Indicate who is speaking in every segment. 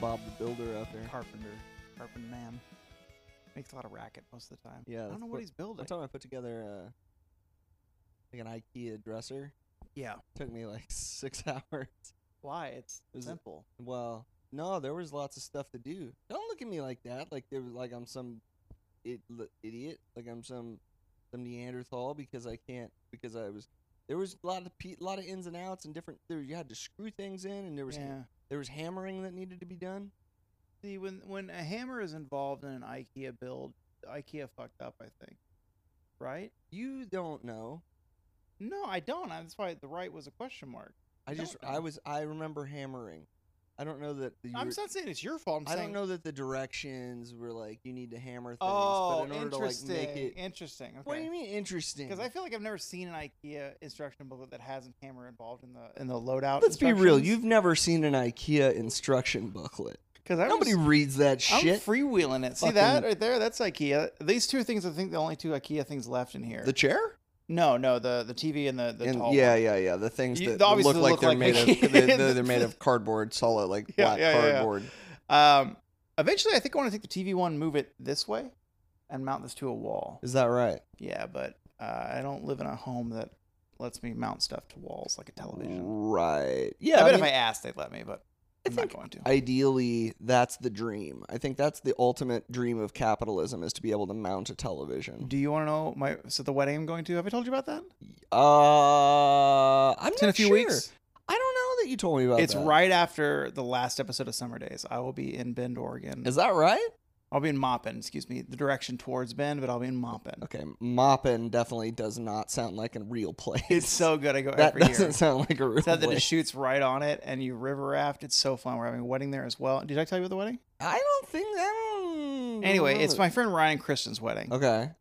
Speaker 1: Bob the Builder out there.
Speaker 2: Carpenter, carpenter man, makes a lot of racket most of the time.
Speaker 1: Yeah,
Speaker 2: I don't
Speaker 1: that's
Speaker 2: know
Speaker 1: what-
Speaker 2: what he's building.
Speaker 1: One time I put together uh, like an IKEA dresser.
Speaker 2: yeah,
Speaker 1: took me like six hours.
Speaker 2: why? It's
Speaker 1: Is it-
Speaker 2: simple.
Speaker 1: Well, no, there was lots of stuff to do. Don't look at me like that. Like there was like I'm some it, idiot. Like I'm some some Neanderthal because I can't because I was there was a lot of pe- lot of ins and outs and different. There you had to screw things in and there was
Speaker 2: yeah.
Speaker 1: there was hammering that needed to be done.
Speaker 2: See, when when a hammer is involved in an IKEA build, IKEA fucked up. I think, right?
Speaker 1: You don't know.
Speaker 2: No, I don't. I- That's why the right was a question mark.
Speaker 1: I
Speaker 2: Don't
Speaker 1: just I
Speaker 2: know.
Speaker 1: was I remember hammering. I don't know that the.
Speaker 2: I'm not saying it's your fault. I'm
Speaker 1: I
Speaker 2: saying
Speaker 1: don't know that the directions were like you need to hammer things,
Speaker 2: Oh,
Speaker 1: but in order to like
Speaker 2: interesting.
Speaker 1: make it.
Speaker 2: Interesting. Okay.
Speaker 1: What do you mean interesting?
Speaker 2: Because I feel like I've never seen an IKEA instruction booklet that hasn't hammer involved in the in the loadout.
Speaker 1: Let's be real.
Speaker 2: instructions.
Speaker 1: You've never seen an IKEA instruction booklet.
Speaker 2: 'Cause I
Speaker 1: Nobody
Speaker 2: was-
Speaker 1: reads that
Speaker 2: I'm
Speaker 1: shit.
Speaker 2: freewheeling it. See that
Speaker 1: Fucking-
Speaker 2: right there? That's IKEA. These two things, I think, the only two IKEA things left in here.
Speaker 1: the chair?
Speaker 2: no, no, the the TV and the the
Speaker 1: And-
Speaker 2: tall
Speaker 1: yeah,
Speaker 2: one.
Speaker 1: yeah, yeah. The things
Speaker 2: You-
Speaker 1: that
Speaker 2: they obviously
Speaker 1: look like
Speaker 2: look
Speaker 1: they're
Speaker 2: like
Speaker 1: made
Speaker 2: IKEA.
Speaker 1: of they're, they're, they're made of cardboard, solid like
Speaker 2: Yeah,
Speaker 1: black
Speaker 2: yeah, yeah, yeah.
Speaker 1: cardboard.
Speaker 2: Um, eventually, I think I want to take the TV one, move it this way, and mount this to a wall.
Speaker 1: Is that right?
Speaker 2: Yeah, but uh, I don't live in a home that lets me mount stuff to walls like a television.
Speaker 1: Right.
Speaker 2: I
Speaker 1: Yeah.
Speaker 2: bet
Speaker 1: mean,
Speaker 2: if I asked, they'd let me, but
Speaker 1: I
Speaker 2: I'm
Speaker 1: think
Speaker 2: not going to.
Speaker 1: ideally that's the dream. I think that's the ultimate dream of capitalism is to be able to mount a television.
Speaker 2: Do you want to know my so the wedding I'm going to? Have I told you about that?
Speaker 1: Uh, I'm
Speaker 2: It's
Speaker 1: not
Speaker 2: in a few
Speaker 1: sure.
Speaker 2: weeks.
Speaker 1: I don't know that you told me about
Speaker 2: It's
Speaker 1: that.
Speaker 2: right after the last episode of Summer Days. I will be in Bend, Oregon.
Speaker 1: Is that right?
Speaker 2: I'll be in Maupin, excuse me, the direction towards Bend, but I'll be in Maupin.
Speaker 1: Okay, Maupin definitely does not sound like a real place.
Speaker 2: It's so good. I go
Speaker 1: that
Speaker 2: every
Speaker 1: doesn't
Speaker 2: year.
Speaker 1: sound like a real
Speaker 2: It's that it
Speaker 1: place.
Speaker 2: just shoots right on it, and you river raft. It's so fun. We're having a wedding there as well. Did I tell you about the wedding?
Speaker 1: I don't think mm, I don't
Speaker 2: Anyway, it's my
Speaker 1: remember.
Speaker 2: friend Ryan Christian's wedding.
Speaker 1: okay.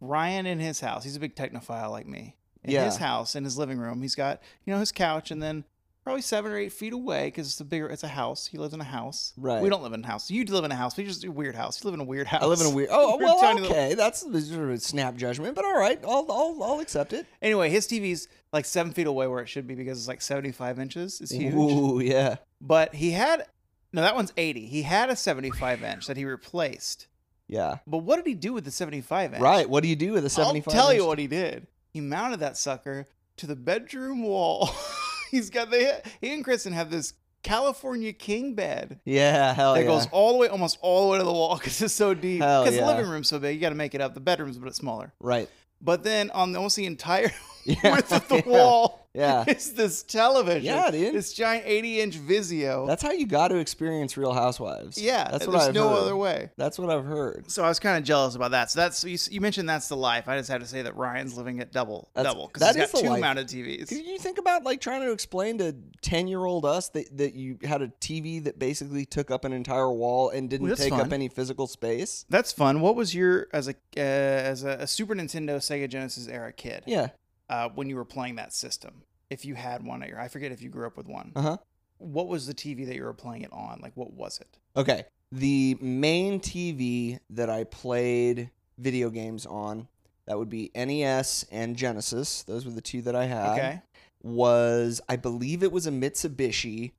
Speaker 2: Ryan in his house. He's a big technophile like me. In
Speaker 1: Yeah.
Speaker 2: his house, in his living room, he's got you know his couch, and then probably seven or eight feet away because it's a bigger. It's a house. He lives in a house.
Speaker 1: Right.
Speaker 2: We don't live in a house. You live in a house. We just do weird house. You live in a weird house.
Speaker 1: I live in a weird. Oh
Speaker 2: Weird
Speaker 1: well,
Speaker 2: tiny little-
Speaker 1: okay. That's sort of a snap judgment, but all right, I'll I'll, I'll accept it.
Speaker 2: Anyway, his TV's like seven feet away where it should be because it's like seventy-five inches. It's huge.
Speaker 1: Ooh, yeah.
Speaker 2: But he had no. That one's eighty. He had a seventy-five inch that he replaced.
Speaker 1: Yeah.
Speaker 2: But what did he do with the seventy-five inch?
Speaker 1: Right. What do you do with a seventy-five?
Speaker 2: I'll tell you
Speaker 1: inch-
Speaker 2: what he did. He mounted that sucker to the bedroom wall. He's got the he and Kristen have this California king bed
Speaker 1: Yeah. Hell
Speaker 2: that
Speaker 1: yeah.
Speaker 2: goes all the way, almost all the way to the wall because it's so deep.
Speaker 1: Hell
Speaker 2: Because
Speaker 1: yeah.
Speaker 2: the living room's so big, you got to make it up. The bedroom's a bit smaller.
Speaker 1: right.
Speaker 2: But then on the, almost the entire
Speaker 1: Yeah.
Speaker 2: width of the
Speaker 1: yeah.
Speaker 2: wall
Speaker 1: Yeah.
Speaker 2: is this television.
Speaker 1: Yeah, dude.
Speaker 2: This giant 80 inch Vizio.
Speaker 1: That's how you got to experience Real Housewives.
Speaker 2: yeah,
Speaker 1: That's what
Speaker 2: there's
Speaker 1: I've
Speaker 2: no
Speaker 1: heard.
Speaker 2: other way.
Speaker 1: That's what I've heard.
Speaker 2: So I was kind of jealous about that. So that's you, s- you mentioned that's the life. I just had to say that Ryan's living at double
Speaker 1: That's-
Speaker 2: double because
Speaker 1: that
Speaker 2: he's
Speaker 1: is
Speaker 2: got
Speaker 1: the
Speaker 2: two
Speaker 1: life.
Speaker 2: mounted TVs.
Speaker 1: Could you think about like trying to explain to ten-year-old us that, that you had a TV that basically took up an entire wall and didn't
Speaker 2: that's
Speaker 1: take up
Speaker 2: fun.
Speaker 1: any physical space?
Speaker 2: That's fun. What was your as a uh, as a, a Super Nintendo Sega Genesis era kid
Speaker 1: Yeah.
Speaker 2: uh, when you were playing that system? If you had one at your, I forget if you grew up with one.
Speaker 1: Uh-huh.
Speaker 2: What was the TV that you were playing it on? Like, what was it?
Speaker 1: Okay. The main TV that I played video games on, that would be NES and Genesis. Those were the two that I had.
Speaker 2: Okay,
Speaker 1: Was I believe it was a Mitsubishi.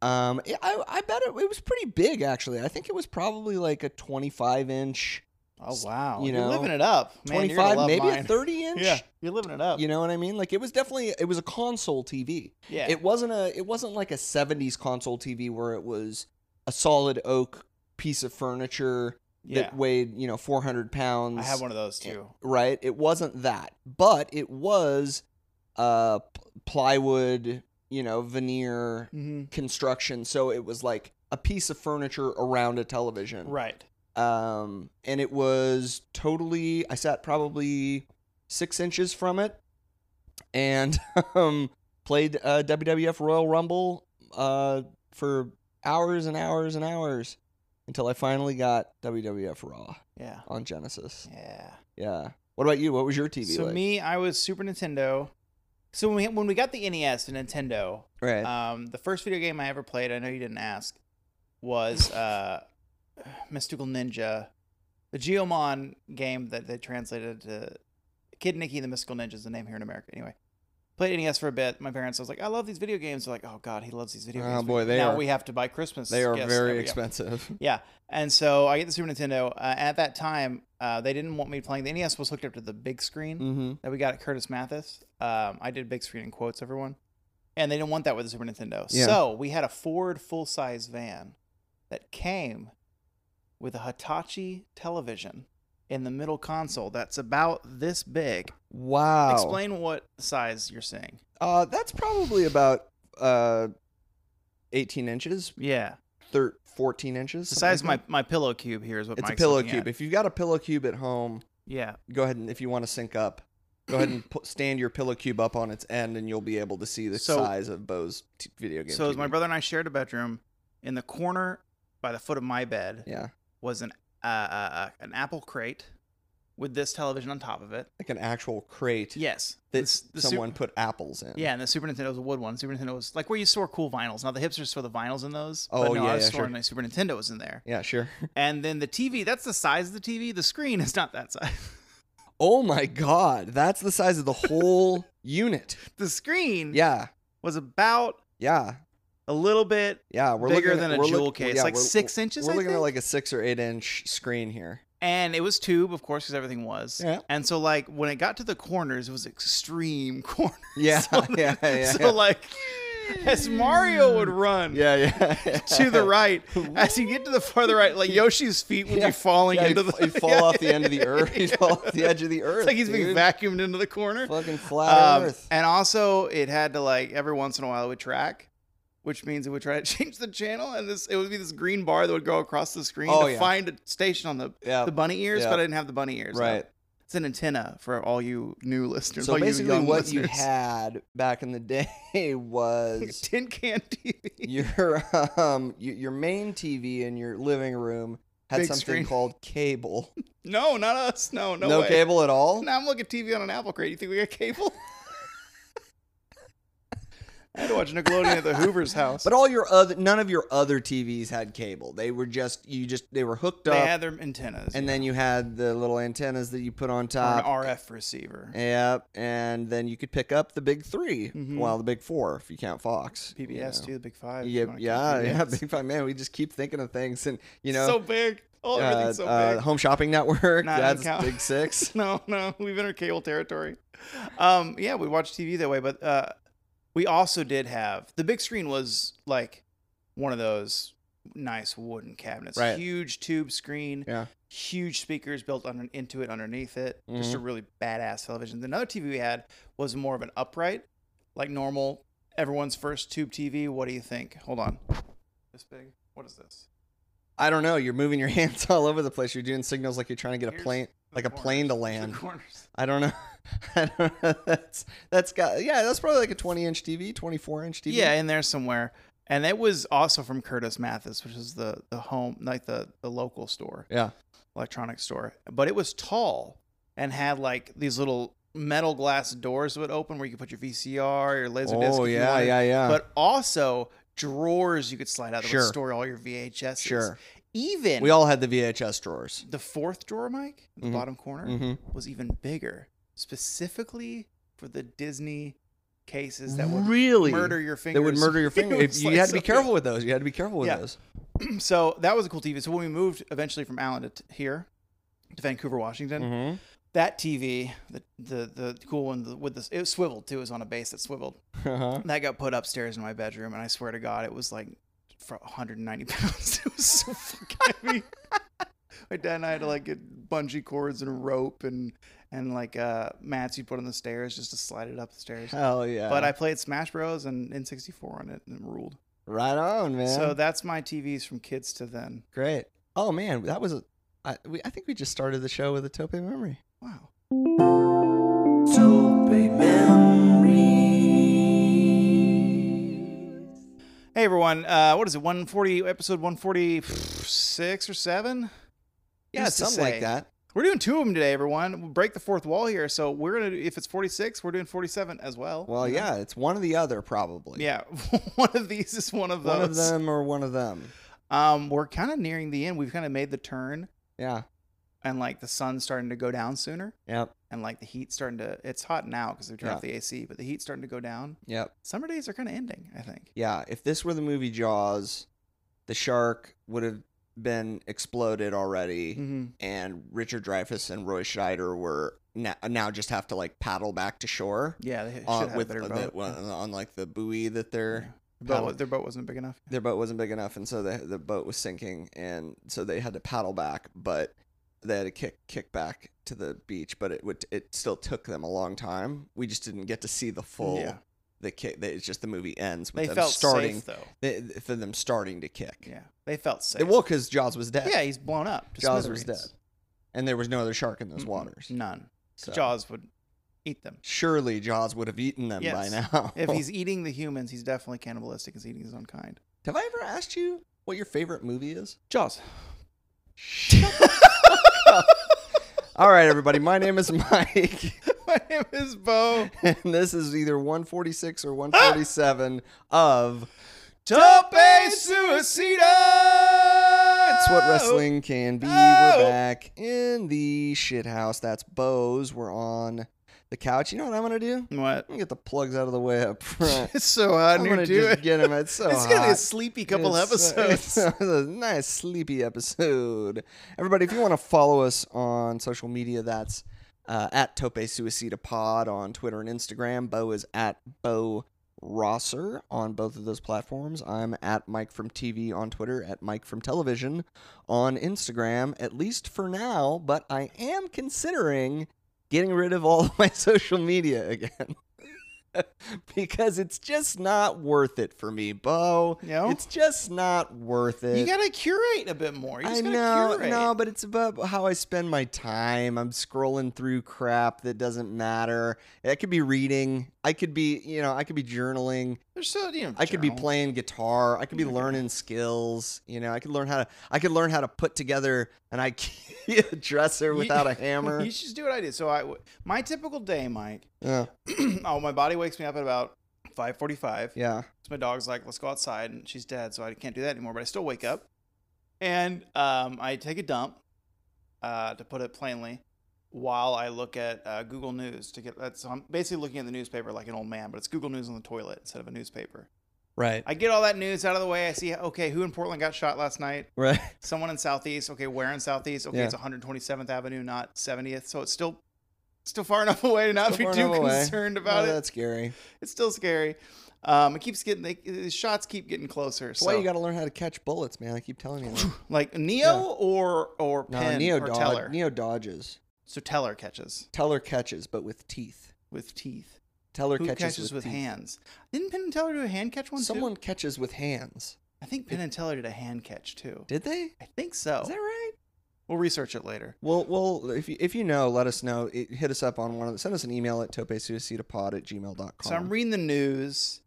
Speaker 1: Um, I- I I bet it, it was pretty big actually. I think it was probably like a 25 inch,
Speaker 2: oh wow,
Speaker 1: you
Speaker 2: you are
Speaker 1: know,
Speaker 2: living it up, Man, you're gonna
Speaker 1: 25,
Speaker 2: love
Speaker 1: maybe a
Speaker 2: mine.
Speaker 1: 30 inch.
Speaker 2: Yeah, you're living it up.
Speaker 1: You know what I mean? Like it was definitely it was a console TV.
Speaker 2: yeah,
Speaker 1: It wasn't a it wasn't like a 70s console TV where it was a solid oak piece of furniture
Speaker 2: yeah.
Speaker 1: that weighed you know 400 pounds
Speaker 2: I had one of those
Speaker 1: Yeah.
Speaker 2: too.
Speaker 1: right it wasn't that but it was uh p- plywood you know veneer
Speaker 2: Mm-hmm.
Speaker 1: construction so it was like a piece of furniture around a television
Speaker 2: Right.
Speaker 1: um and it was totally i sat probably six inches from it and um played uh wwf royal rumble uh for hours and hours and hours until i finally got wwf raw
Speaker 2: Yeah.
Speaker 1: on Genesis.
Speaker 2: Yeah.
Speaker 1: Yeah. What about you? What was your TV
Speaker 2: So
Speaker 1: like?
Speaker 2: me, I was Super Nintendo. So when we, when we got the NES to Nintendo,
Speaker 1: right.
Speaker 2: um, the first video game I ever played, I know you didn't ask, was uh, Mystical Ninja, the Geomon game that they translated to Kid Nicky and the Mystical Ninja is the name here in America. Anyway, played NES for a bit. My parents, I was like, I love these video games. They're like, oh god, he loves these video
Speaker 1: Oh,
Speaker 2: games.
Speaker 1: boy, they
Speaker 2: now
Speaker 1: are-
Speaker 2: we have to buy Christmas.
Speaker 1: They are
Speaker 2: gifts
Speaker 1: very
Speaker 2: every- yeah.
Speaker 1: expensive.
Speaker 2: Yeah, and so I get the Super Nintendo. Uh, at that time, uh, they didn't want me playing. The NES was hooked up to the big screen
Speaker 1: mm-hmm.
Speaker 2: that we got at Curtis Mathis. Um, I did big screen in quotes, everyone, and they didn't want that with the Super Nintendo.
Speaker 1: Yeah.
Speaker 2: So we had a Ford full size van that came with a Hitachi television in the middle console that's about this big.
Speaker 1: Wow.
Speaker 2: Explain what size you're seeing.
Speaker 1: Uh, that's probably about uh, 18 inches,
Speaker 2: Yeah,
Speaker 1: thir- 14 inches.
Speaker 2: the
Speaker 1: something
Speaker 2: size of my,
Speaker 1: like that.
Speaker 2: my pillow cube here is what
Speaker 1: It's
Speaker 2: Mike's
Speaker 1: a pillow
Speaker 2: looking at.
Speaker 1: cube. If you've got a pillow cube at home,
Speaker 2: Yeah,
Speaker 1: go ahead and if you want to sync up, go ahead and pu- stand your pillow cube up on its end, and you'll be able to see the
Speaker 2: So-
Speaker 1: size of Bo's t- video game.
Speaker 2: So as
Speaker 1: TV.
Speaker 2: my brother and I shared a bedroom, in the corner by the foot of my bed
Speaker 1: Yeah,
Speaker 2: was an uh, uh, uh, an apple crate with this television on top of it.
Speaker 1: like an actual crate
Speaker 2: Yes,
Speaker 1: that
Speaker 2: this- the Sup-
Speaker 1: someone put apples in.
Speaker 2: yeah, and the Super Nintendo was a wood one. Super Nintendo was like where you store cool vinyls. Now the hipsters store the vinyls in those. but
Speaker 1: Oh,
Speaker 2: no,
Speaker 1: yeah,
Speaker 2: I was
Speaker 1: yeah,
Speaker 2: storing
Speaker 1: sure.
Speaker 2: my Super Nintendo was in there.
Speaker 1: Yeah, sure.
Speaker 2: And then the TV, that's the size of the TV. The screen is not that size.
Speaker 1: Oh my God, that's the size of the whole unit.
Speaker 2: The screen
Speaker 1: Yeah,
Speaker 2: was about
Speaker 1: yeah,
Speaker 2: a little bit
Speaker 1: yeah. We're
Speaker 2: bigger
Speaker 1: looking at-
Speaker 2: than a
Speaker 1: we're look-
Speaker 2: jewel case,
Speaker 1: yeah,
Speaker 2: like
Speaker 1: we're-
Speaker 2: six inches.
Speaker 1: We're
Speaker 2: I
Speaker 1: looking
Speaker 2: think?
Speaker 1: at like a six or eight inch screen here.
Speaker 2: and it was tube, of course, because everything was.
Speaker 1: Yeah.
Speaker 2: And so, like, when it got to the corners, it was extreme corners.
Speaker 1: Yeah,
Speaker 2: So-
Speaker 1: yeah, yeah.
Speaker 2: so, like, as Mario would run
Speaker 1: yeah, yeah.
Speaker 2: to the right, as you get to the farther right, like Yoshi's feet would
Speaker 1: Yeah.
Speaker 2: be falling
Speaker 1: Yeah,
Speaker 2: into
Speaker 1: he'd,
Speaker 2: the.
Speaker 1: he'd fall off the end of the earth. He'd fall off the edge of the earth.
Speaker 2: It's like he's being
Speaker 1: dude.
Speaker 2: vacuumed into the corner.
Speaker 1: Fucking flat
Speaker 2: Um,
Speaker 1: earth.
Speaker 2: and also, it had to like every once in a while it would track, which means it would try to change the channel, and this it would be this green bar that would go across the screen
Speaker 1: Oh,
Speaker 2: to
Speaker 1: yeah.
Speaker 2: find a station on the
Speaker 1: Yeah.
Speaker 2: the bunny ears,
Speaker 1: Yeah.
Speaker 2: but I didn't have the bunny ears. no.
Speaker 1: right.
Speaker 2: It's an antenna for all you new listeners.
Speaker 1: So
Speaker 2: all you
Speaker 1: basically,
Speaker 2: young
Speaker 1: what you
Speaker 2: listeners.
Speaker 1: had back in the day was
Speaker 2: tin can TV.
Speaker 1: your um y- your main TV in your living room had
Speaker 2: Big
Speaker 1: something
Speaker 2: screen.
Speaker 1: called cable.
Speaker 2: No, not us. No, no, way.
Speaker 1: cable at all.
Speaker 2: Now I'm looking at TV on an Apple crate. You think we got cable? I had to watch Nickelodeon at the Hoover's house.
Speaker 1: But all your other none of your other TVs had cable. They were just you just they were hooked
Speaker 2: they
Speaker 1: up,
Speaker 2: had their antennas
Speaker 1: and then you had the little antennas that you put on
Speaker 2: or an
Speaker 1: top.
Speaker 2: RF receiver.
Speaker 1: Yep, and then you could pick up the big 3
Speaker 2: Mhm.
Speaker 1: well, the big four if you count Fox. you
Speaker 2: PBS
Speaker 1: know.
Speaker 2: too, the Big Five. if you
Speaker 1: Yeah,
Speaker 2: wanna count
Speaker 1: yeah, yeah,
Speaker 2: PBS.
Speaker 1: big five. Man, we just keep thinking of things, and you know,
Speaker 2: so big. Oh,
Speaker 1: uh,
Speaker 2: everything's so
Speaker 1: uh,
Speaker 2: big.
Speaker 1: Home Shopping Network.
Speaker 2: Not
Speaker 1: that's
Speaker 2: count-
Speaker 1: Big Six.
Speaker 2: no, no, we've entered cable territory. Um, yeah, we watch TV that way, but uh, we also did have the big screen was like one of those nice wooden cabinets,
Speaker 1: Right.
Speaker 2: huge tube screen,
Speaker 1: Yeah.
Speaker 2: huge speakers built under, into it underneath it, just a
Speaker 1: Mm-hmm.
Speaker 2: really badass television. Another TV we had was more of an upright, like normal everyone's first tube TV. What do you think? Hold on, this big. What is this?
Speaker 1: I don't know. You're moving your hands all over the place. You're doing signals like you're trying to get a
Speaker 2: Here's
Speaker 1: plane,
Speaker 2: the
Speaker 1: like a plane to
Speaker 2: The
Speaker 1: land.
Speaker 2: corners.
Speaker 1: I don't know. I don't know. That's that's got yeah. That's probably like a 20 inch TV, 24 inch TV.
Speaker 2: Yeah, in there somewhere. And that was also from Curtis Mathis, which is the the home like the the local store,
Speaker 1: yeah.
Speaker 2: electronics store. But it was tall and had like these little metal glass doors that would open where you could put your VCR, your laser disc.
Speaker 1: Oh
Speaker 2: if you
Speaker 1: yeah,
Speaker 2: wanted.
Speaker 1: yeah, yeah.
Speaker 2: But also drawers you could slide out that
Speaker 1: Sure.
Speaker 2: would store all your VHS.
Speaker 1: sure.
Speaker 2: Even
Speaker 1: We all had the VHS drawers.
Speaker 2: the fourth drawer, Mike, in the
Speaker 1: Mhm.
Speaker 2: bottom corner,
Speaker 1: Mm-hmm.
Speaker 2: was even bigger, specifically for the Disney cases that would
Speaker 1: really
Speaker 2: murder your
Speaker 1: They
Speaker 2: fingers.
Speaker 1: would murder your
Speaker 2: It
Speaker 1: finger. If-
Speaker 2: was
Speaker 1: You
Speaker 2: like
Speaker 1: had to be
Speaker 2: so big.
Speaker 1: careful with those. You had to be careful with
Speaker 2: Yeah.
Speaker 1: those.
Speaker 2: so that was a cool TV. So when we moved eventually from Allen to t- here to Vancouver, Washington,
Speaker 1: Mm-hmm.
Speaker 2: that TV, the the the cool one with the it swiveled too. It was on a base that swiveled.
Speaker 1: Uh-huh.
Speaker 2: That got put upstairs in my bedroom, and I swear to God, it was like for 190 pounds. It was so fucking heavy. My dad and I had to like get bungee cords and rope and and like uh, mats you put on the stairs just to slide it up the stairs.
Speaker 1: Hell yeah.
Speaker 2: But I played Smash Bros and N64 on it and it ruled.
Speaker 1: right on, man.
Speaker 2: So that's my TVs from kids to then.
Speaker 1: Great. Oh man, that was a. I, we, I think we just started the show with a tope memory.
Speaker 2: Wow. Hey everyone, uh, what is it? One forty, episode one forty six or seven.
Speaker 1: Yeah,
Speaker 2: Used to
Speaker 1: something like
Speaker 2: say.
Speaker 1: that.
Speaker 2: We're doing two of them today, everyone. We'll break the fourth wall here, so we're gonna. do- If it's forty six, we're doing forty seven as well.
Speaker 1: Well,
Speaker 2: You know?
Speaker 1: yeah, it's one or the other probably.
Speaker 2: yeah. one of these is one of those.
Speaker 1: one of them or one of them.
Speaker 2: Um, we're kind of nearing the end. We've kind of made the turn,
Speaker 1: Yeah.
Speaker 2: and like the sun's starting to go down sooner.
Speaker 1: Yep.
Speaker 2: and like the heat's starting to. It's hot now because we turned
Speaker 1: Yeah.
Speaker 2: off the AC, but the heat's starting to go down.
Speaker 1: Yep.
Speaker 2: Summer days are kind of ending. I think.
Speaker 1: Yeah. If this were the movie Jaws, the shark would have been exploded already,
Speaker 2: Mm-hmm.
Speaker 1: and Richard Dreyfuss and Roy Scheider were now, now just have to like paddle back to shore
Speaker 2: Yeah, they should
Speaker 1: on,
Speaker 2: have
Speaker 1: uh, with
Speaker 2: better
Speaker 1: the-
Speaker 2: boat.
Speaker 1: well, on like the buoy that they're.
Speaker 2: Yeah. Their
Speaker 1: paddle.
Speaker 2: boat, their boat wasn't big enough.
Speaker 1: their boat wasn't big enough, and so the the boat was sinking, and so they had to paddle back, but they had to kick kick back to the beach, but it would it still took them a long time. We just didn't get to see the full
Speaker 2: Yeah.
Speaker 1: the kick. They, it's just the movie ends with
Speaker 2: They
Speaker 1: them
Speaker 2: felt
Speaker 1: starting
Speaker 2: safe though.
Speaker 1: they, for them starting to kick.
Speaker 2: Yeah, they felt safe.
Speaker 1: They- well, because Jaws was dead.
Speaker 2: yeah, he's blown up. to
Speaker 1: Jaws was
Speaker 2: smithereens.
Speaker 1: dead, and there was no other shark in those
Speaker 2: Mm-mm,
Speaker 1: waters.
Speaker 2: None.
Speaker 1: So
Speaker 2: Jaws would eat them.
Speaker 1: surely Jaws would have eaten them by
Speaker 2: Yes.
Speaker 1: now.
Speaker 2: If he's eating the humans, he's definitely cannibalistic. He's eating his own kind.
Speaker 1: have I ever asked you what your favorite movie is?
Speaker 2: Jaws.
Speaker 1: All right, everybody. My name is Mike.
Speaker 2: My name is Bo.
Speaker 1: and this is either 146 or 147 of
Speaker 2: Tope Suicida.
Speaker 1: That's What Wrestling Can Be.
Speaker 2: Oh.
Speaker 1: We're back in the shit house. That's Bose. We're on the couch. You know what I'm gonna do? I'm
Speaker 2: What?
Speaker 1: gonna get the plugs out of the way up front.
Speaker 2: It's so hot
Speaker 1: I'm
Speaker 2: in
Speaker 1: gonna
Speaker 2: here, dude.
Speaker 1: just get them. It's so
Speaker 2: it's gonna be a
Speaker 1: hot.
Speaker 2: sleepy couple
Speaker 1: It's- uh,
Speaker 2: episodes.
Speaker 1: It's a nice sleepy episode. Everybody, if you want to follow us on social media, that's uh, at Tope Suicida Pod on Twitter and Instagram. Bo is at Bo Rosser on both of those platforms. I'm at Mike from TV on Twitter, at Mike from Television on Instagram, at least for now, but I am considering getting rid of all of my social media again. because it's just not worth it for me, Bo.
Speaker 2: you know?
Speaker 1: It's just not worth it.
Speaker 2: you gotta curate a bit more. You just
Speaker 1: I
Speaker 2: gotta
Speaker 1: know,
Speaker 2: curate.
Speaker 1: no, but it's about how I spend my time. I'm scrolling through crap that doesn't matter. I could be reading. I could be, you know, I could be journaling.
Speaker 2: There's so you know,
Speaker 1: I could be
Speaker 2: journal.
Speaker 1: playing guitar. I could be
Speaker 2: Yeah.
Speaker 1: learning skills. You know, I could learn how to. I could learn how to put together an IKEA dresser
Speaker 2: You-
Speaker 1: without a hammer.
Speaker 2: You should just do what I do. So I, w- my typical day, Mike.
Speaker 1: Yeah,
Speaker 2: oh, my body wakes me up at about 5:45.
Speaker 1: yeah.
Speaker 2: So my dog's like, let's go outside, and she's dead, so I can't do that anymore. But I still wake up, and um, I take a dump, uh, to put it plainly, while I look at uh, Google News to get. That's so I'm basically looking at the newspaper like an old man, but it's Google News on the toilet instead of a newspaper.
Speaker 1: Right,
Speaker 2: I get all that news out of the way. I see, okay, who in Portland got shot last night?
Speaker 1: right.
Speaker 2: Someone in Southeast. Okay, where in Southeast? Okay,
Speaker 1: Yeah.
Speaker 2: it's 127th Avenue, not 70th. So it's still. Still far enough away to not
Speaker 1: Still far
Speaker 2: be too
Speaker 1: enough away.
Speaker 2: concerned about
Speaker 1: Oh,
Speaker 2: it
Speaker 1: That's scary.
Speaker 2: it's still scary. Um, it keeps getting they, the shots keep getting closer.
Speaker 1: That's
Speaker 2: So
Speaker 1: why you got to learn how to catch bullets, man. I keep telling you. that.
Speaker 2: like Neo
Speaker 1: Yeah.
Speaker 2: or or
Speaker 1: No,
Speaker 2: Penn
Speaker 1: Neo
Speaker 2: or
Speaker 1: dod-
Speaker 2: Teller.
Speaker 1: Neo dodges.
Speaker 2: So Teller catches
Speaker 1: Teller catches, but with teeth.
Speaker 2: with teeth.
Speaker 1: Teller
Speaker 2: Who
Speaker 1: catches,
Speaker 2: catches,
Speaker 1: with,
Speaker 2: with,
Speaker 1: teeth.
Speaker 2: hands? Didn't Penn and Teller do a hand catch one
Speaker 1: Someone
Speaker 2: too?
Speaker 1: catches with hands.
Speaker 2: I think Penn and Teller did a hand catch too.
Speaker 1: Did they?
Speaker 2: I think so.
Speaker 1: Is that right?
Speaker 2: We'll research it later.
Speaker 1: Oh. Well, well, if you, if you know, let us know. It, hit us up on one of the, send us an email at topesuicidapod at gmail.com.
Speaker 2: So I'm reading the news,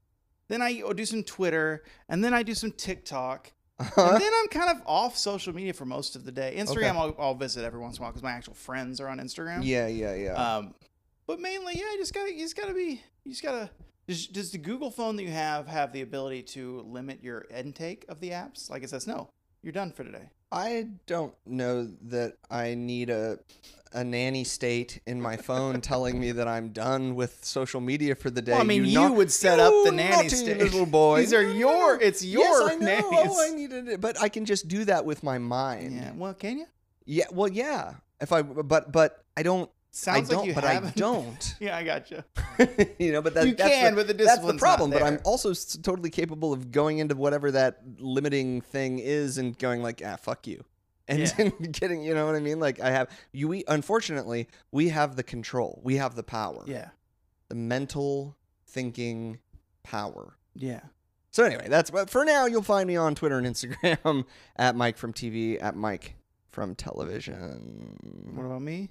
Speaker 2: then I do some Twitter, and then I do some TikTok,
Speaker 1: uh
Speaker 2: And then I'm kind of off social media for most of the day.
Speaker 1: Okay.
Speaker 2: Instagram, I'll, I'll visit every once in a while because my actual friends are on Instagram.
Speaker 1: Yeah, yeah, yeah.
Speaker 2: Um, but mainly, yeah, you just gotta, you just gotta be, you just gotta. Does, does the Google phone that you have have the ability to limit your intake of the apps? Like it says, no, you're done for today.
Speaker 1: I don't know that I need a a nanny state in my phone telling me that I'm done with social media for the day.
Speaker 2: well, I mean, you,
Speaker 1: not-
Speaker 2: would set up
Speaker 1: You
Speaker 2: the nanny
Speaker 1: naughty
Speaker 2: state.
Speaker 1: little boy.
Speaker 2: These are your. It's your
Speaker 1: yes, I know.
Speaker 2: nannies.
Speaker 1: Oh, I needed it, but I can just do that with my mind.
Speaker 2: yeah. Well, can you?
Speaker 1: Yeah, well, yeah. If I, but, but I don't.
Speaker 2: Sounds
Speaker 1: I
Speaker 2: like
Speaker 1: don't.
Speaker 2: you
Speaker 1: but I
Speaker 2: haven't.
Speaker 1: don't.
Speaker 2: yeah, I got you.
Speaker 1: you know, but that,
Speaker 2: you
Speaker 1: that's
Speaker 2: can,
Speaker 1: the,
Speaker 2: but the
Speaker 1: that's
Speaker 2: discipline's
Speaker 1: the
Speaker 2: not
Speaker 1: problem. But I'm
Speaker 2: there.
Speaker 1: also s- totally capable of going into whatever that limiting thing is and going like, ah, fuck you, and
Speaker 2: Yeah.
Speaker 1: then getting, you know what I mean? Like I have you. We unfortunately we have the control. We have the power.
Speaker 2: Yeah.
Speaker 1: The mental thinking power.
Speaker 2: Yeah.
Speaker 1: So anyway, that's but for now you'll find me on Twitter and Instagram at Mike from TV at Mike from television.
Speaker 2: What about me?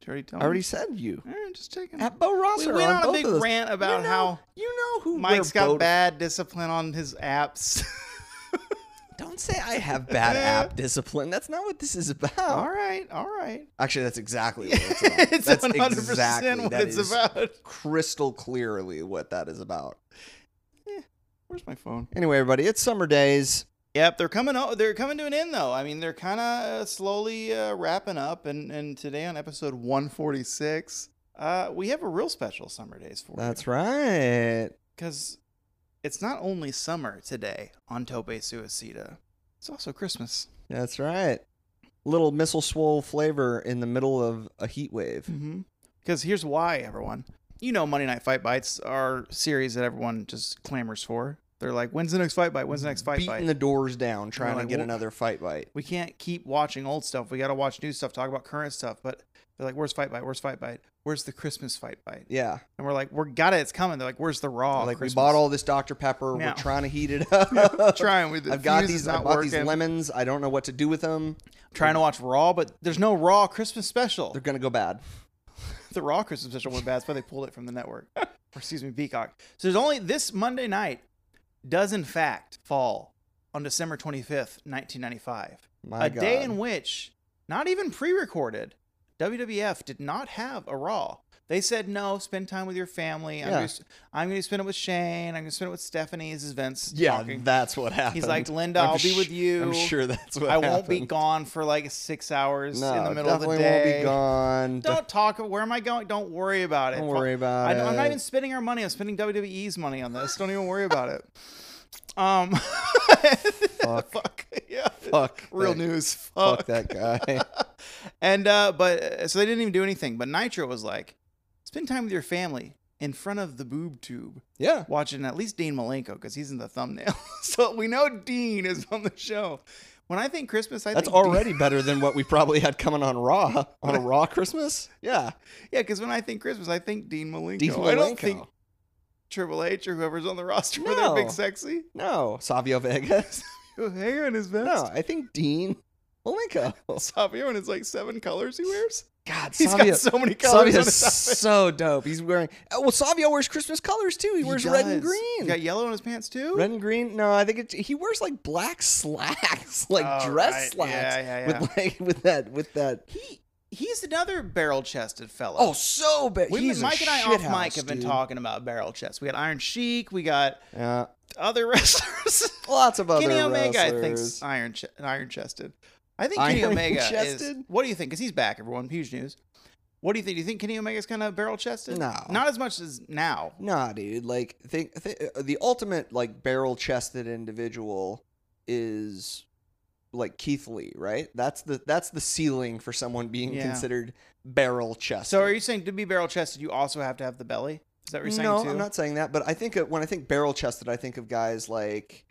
Speaker 2: Did you already tell
Speaker 1: I already
Speaker 2: me?
Speaker 1: said you.
Speaker 2: All right, just taking.
Speaker 1: At Bo
Speaker 2: We
Speaker 1: Rosser
Speaker 2: went
Speaker 1: on,
Speaker 2: on, a
Speaker 1: both
Speaker 2: big
Speaker 1: of those.
Speaker 2: rant about
Speaker 1: know-
Speaker 2: how
Speaker 1: You know who
Speaker 2: Mike's
Speaker 1: we're
Speaker 2: got
Speaker 1: both-
Speaker 2: bad discipline on his apps.
Speaker 1: Don't say I have bad app discipline. That's not what this is about.
Speaker 2: all right, all right.
Speaker 1: Actually, that's exactly what it's about.
Speaker 2: it's
Speaker 1: that's
Speaker 2: 100%
Speaker 1: exactly
Speaker 2: what
Speaker 1: that
Speaker 2: it's
Speaker 1: is
Speaker 2: about.
Speaker 1: Crystal clearly what that is about.
Speaker 2: Where's my phone?
Speaker 1: Anyway, everybody, it's summer days.
Speaker 2: Yep, they're coming. o- They're coming to an end, though. I mean, they're kind of slowly uh, wrapping up. And and today on episode 146, uh, we have a real special summer days for
Speaker 1: That's right.
Speaker 2: because it's not only summer today on Tope Suicida. It's also Christmas.
Speaker 1: That's right. Little missile swole flavor in the middle of a heat wave.
Speaker 2: Because here's why, everyone. You know, Monday Night Fight Bites are series that everyone just clamors for. They're like, when's the next fight bite? When's the next fight
Speaker 1: Beating
Speaker 2: bite?
Speaker 1: the doors down, trying
Speaker 2: like,
Speaker 1: to get
Speaker 2: "Wha-
Speaker 1: another fight bite.
Speaker 2: we can't keep watching old stuff. We got to watch new stuff, talk about current stuff. But they're like, where's fight bite? Where's fight bite? Where's the Christmas fight bite?
Speaker 1: Yeah,
Speaker 2: And we're like, we're got it. It's coming. They're like, where's the raw?
Speaker 1: like
Speaker 2: Oh, Christmas?
Speaker 1: we bought all this Dr Pepper.
Speaker 2: Yeah.
Speaker 1: We're trying to heat it up.
Speaker 2: trying with the
Speaker 1: I've got
Speaker 2: fuse is
Speaker 1: these. I
Speaker 2: not
Speaker 1: bought
Speaker 2: working.
Speaker 1: these lemons. I don't know what to do with them.
Speaker 2: trying to watch raw, but there's no raw Christmas special.
Speaker 1: They're gonna go bad.
Speaker 2: the Raw Christmas special went bad. That's why they pulled it from the network. Or excuse me, Peacock. So there's only this Monday night does in fact fall on December 25th, 1995.
Speaker 1: My
Speaker 2: a
Speaker 1: God.
Speaker 2: day in which, not even pre-recorded, WWF did not have a Raw. They said no. Spend time with your family. I'm,
Speaker 1: Yeah.
Speaker 2: gonna, I'm going to spend it with Shane. I'm going to spend it with Stephanie. This is Vince.
Speaker 1: yeah,
Speaker 2: talking.
Speaker 1: that's what happened.
Speaker 2: He's like, Linda,
Speaker 1: I'm
Speaker 2: I'll be with
Speaker 1: sh-
Speaker 2: you.
Speaker 1: I'm sure that's what.
Speaker 2: I won't be
Speaker 1: happened.
Speaker 2: gone for like six hours
Speaker 1: No,
Speaker 2: in the middle of the
Speaker 1: definitely
Speaker 2: day.
Speaker 1: won't be gone.
Speaker 2: Don't talk. Where am I going? Don't worry about it.
Speaker 1: Don't worry about
Speaker 2: I, I'm not
Speaker 1: it.
Speaker 2: even spending our money. I'm spending WWE's money on this. Don't even worry about it. Um,
Speaker 1: Fuck.
Speaker 2: fuck. Yeah.
Speaker 1: Fuck
Speaker 2: Real
Speaker 1: that-
Speaker 2: news. Fuck.
Speaker 1: Fuck that guy.
Speaker 2: And uh, but uh, so they didn't even do anything. But Nitro was like, spend time with your family in front of the boob tube,
Speaker 1: yeah,
Speaker 2: watching at least Dean Malenko because he's in the thumbnail. so we know Dean is on the show. When I think Christmas, I
Speaker 1: that's
Speaker 2: think Dean-
Speaker 1: already better than what we probably had coming on Raw on a Raw Christmas. Yeah,
Speaker 2: yeah. Because when I think Christmas, I think Dean Malenko.
Speaker 1: Dean
Speaker 2: I don't think
Speaker 1: Malenko.
Speaker 2: Triple H or whoever's on the roster with their
Speaker 1: No.
Speaker 2: big sexy.
Speaker 1: No, Savio Vegas.
Speaker 2: With Hair on his vest.
Speaker 1: No, I think Dean Malenko.
Speaker 2: Savio and it's like seven colors he wears.
Speaker 1: God,
Speaker 2: He's
Speaker 1: Savio.
Speaker 2: got so many colors on
Speaker 1: Savio's
Speaker 2: his outfit.
Speaker 1: so dope. He's wearing. Oh, well, Savio wears Christmas colors too. He wears red and
Speaker 2: does.
Speaker 1: green.
Speaker 2: He got yellow on his pants too.
Speaker 1: Red and green? No, I think it, he wears like black slacks, like
Speaker 2: Oh,
Speaker 1: dress
Speaker 2: right.
Speaker 1: slacks,
Speaker 2: Yeah, yeah, yeah.
Speaker 1: with like with that with that.
Speaker 2: He he's another barrel chested fellow.
Speaker 1: Oh, so bad.
Speaker 2: We've been-
Speaker 1: He's a
Speaker 2: Mike and I
Speaker 1: shithouse,
Speaker 2: off mic have been
Speaker 1: dude.
Speaker 2: talking about barrel chests. We got Iron Sheik. We got
Speaker 1: Yeah,
Speaker 2: other wrestlers.
Speaker 1: lots of other
Speaker 2: Kenny Omega, I
Speaker 1: wrestlers.
Speaker 2: think's iron che- iron chested. I think Kenny
Speaker 1: Iron
Speaker 2: Omega is.
Speaker 1: chested?
Speaker 2: What do you think? Because he's back, everyone. Huge news. What do you think? Do you think Kenny Omega's kind of barrel chested?
Speaker 1: No.
Speaker 2: not as much as now.
Speaker 1: Nah, dude. Like, think, th- the ultimate like barrel chested individual is like Keith Lee, right? That's the that's the ceiling for someone being
Speaker 2: Yeah.
Speaker 1: considered barrel chested.
Speaker 2: So are you saying to be barrel chested, you also have to have the belly? Is that what you're saying
Speaker 1: no,
Speaker 2: too?
Speaker 1: I'm not saying that. But I think of, when I think barrel chested, I think of guys like,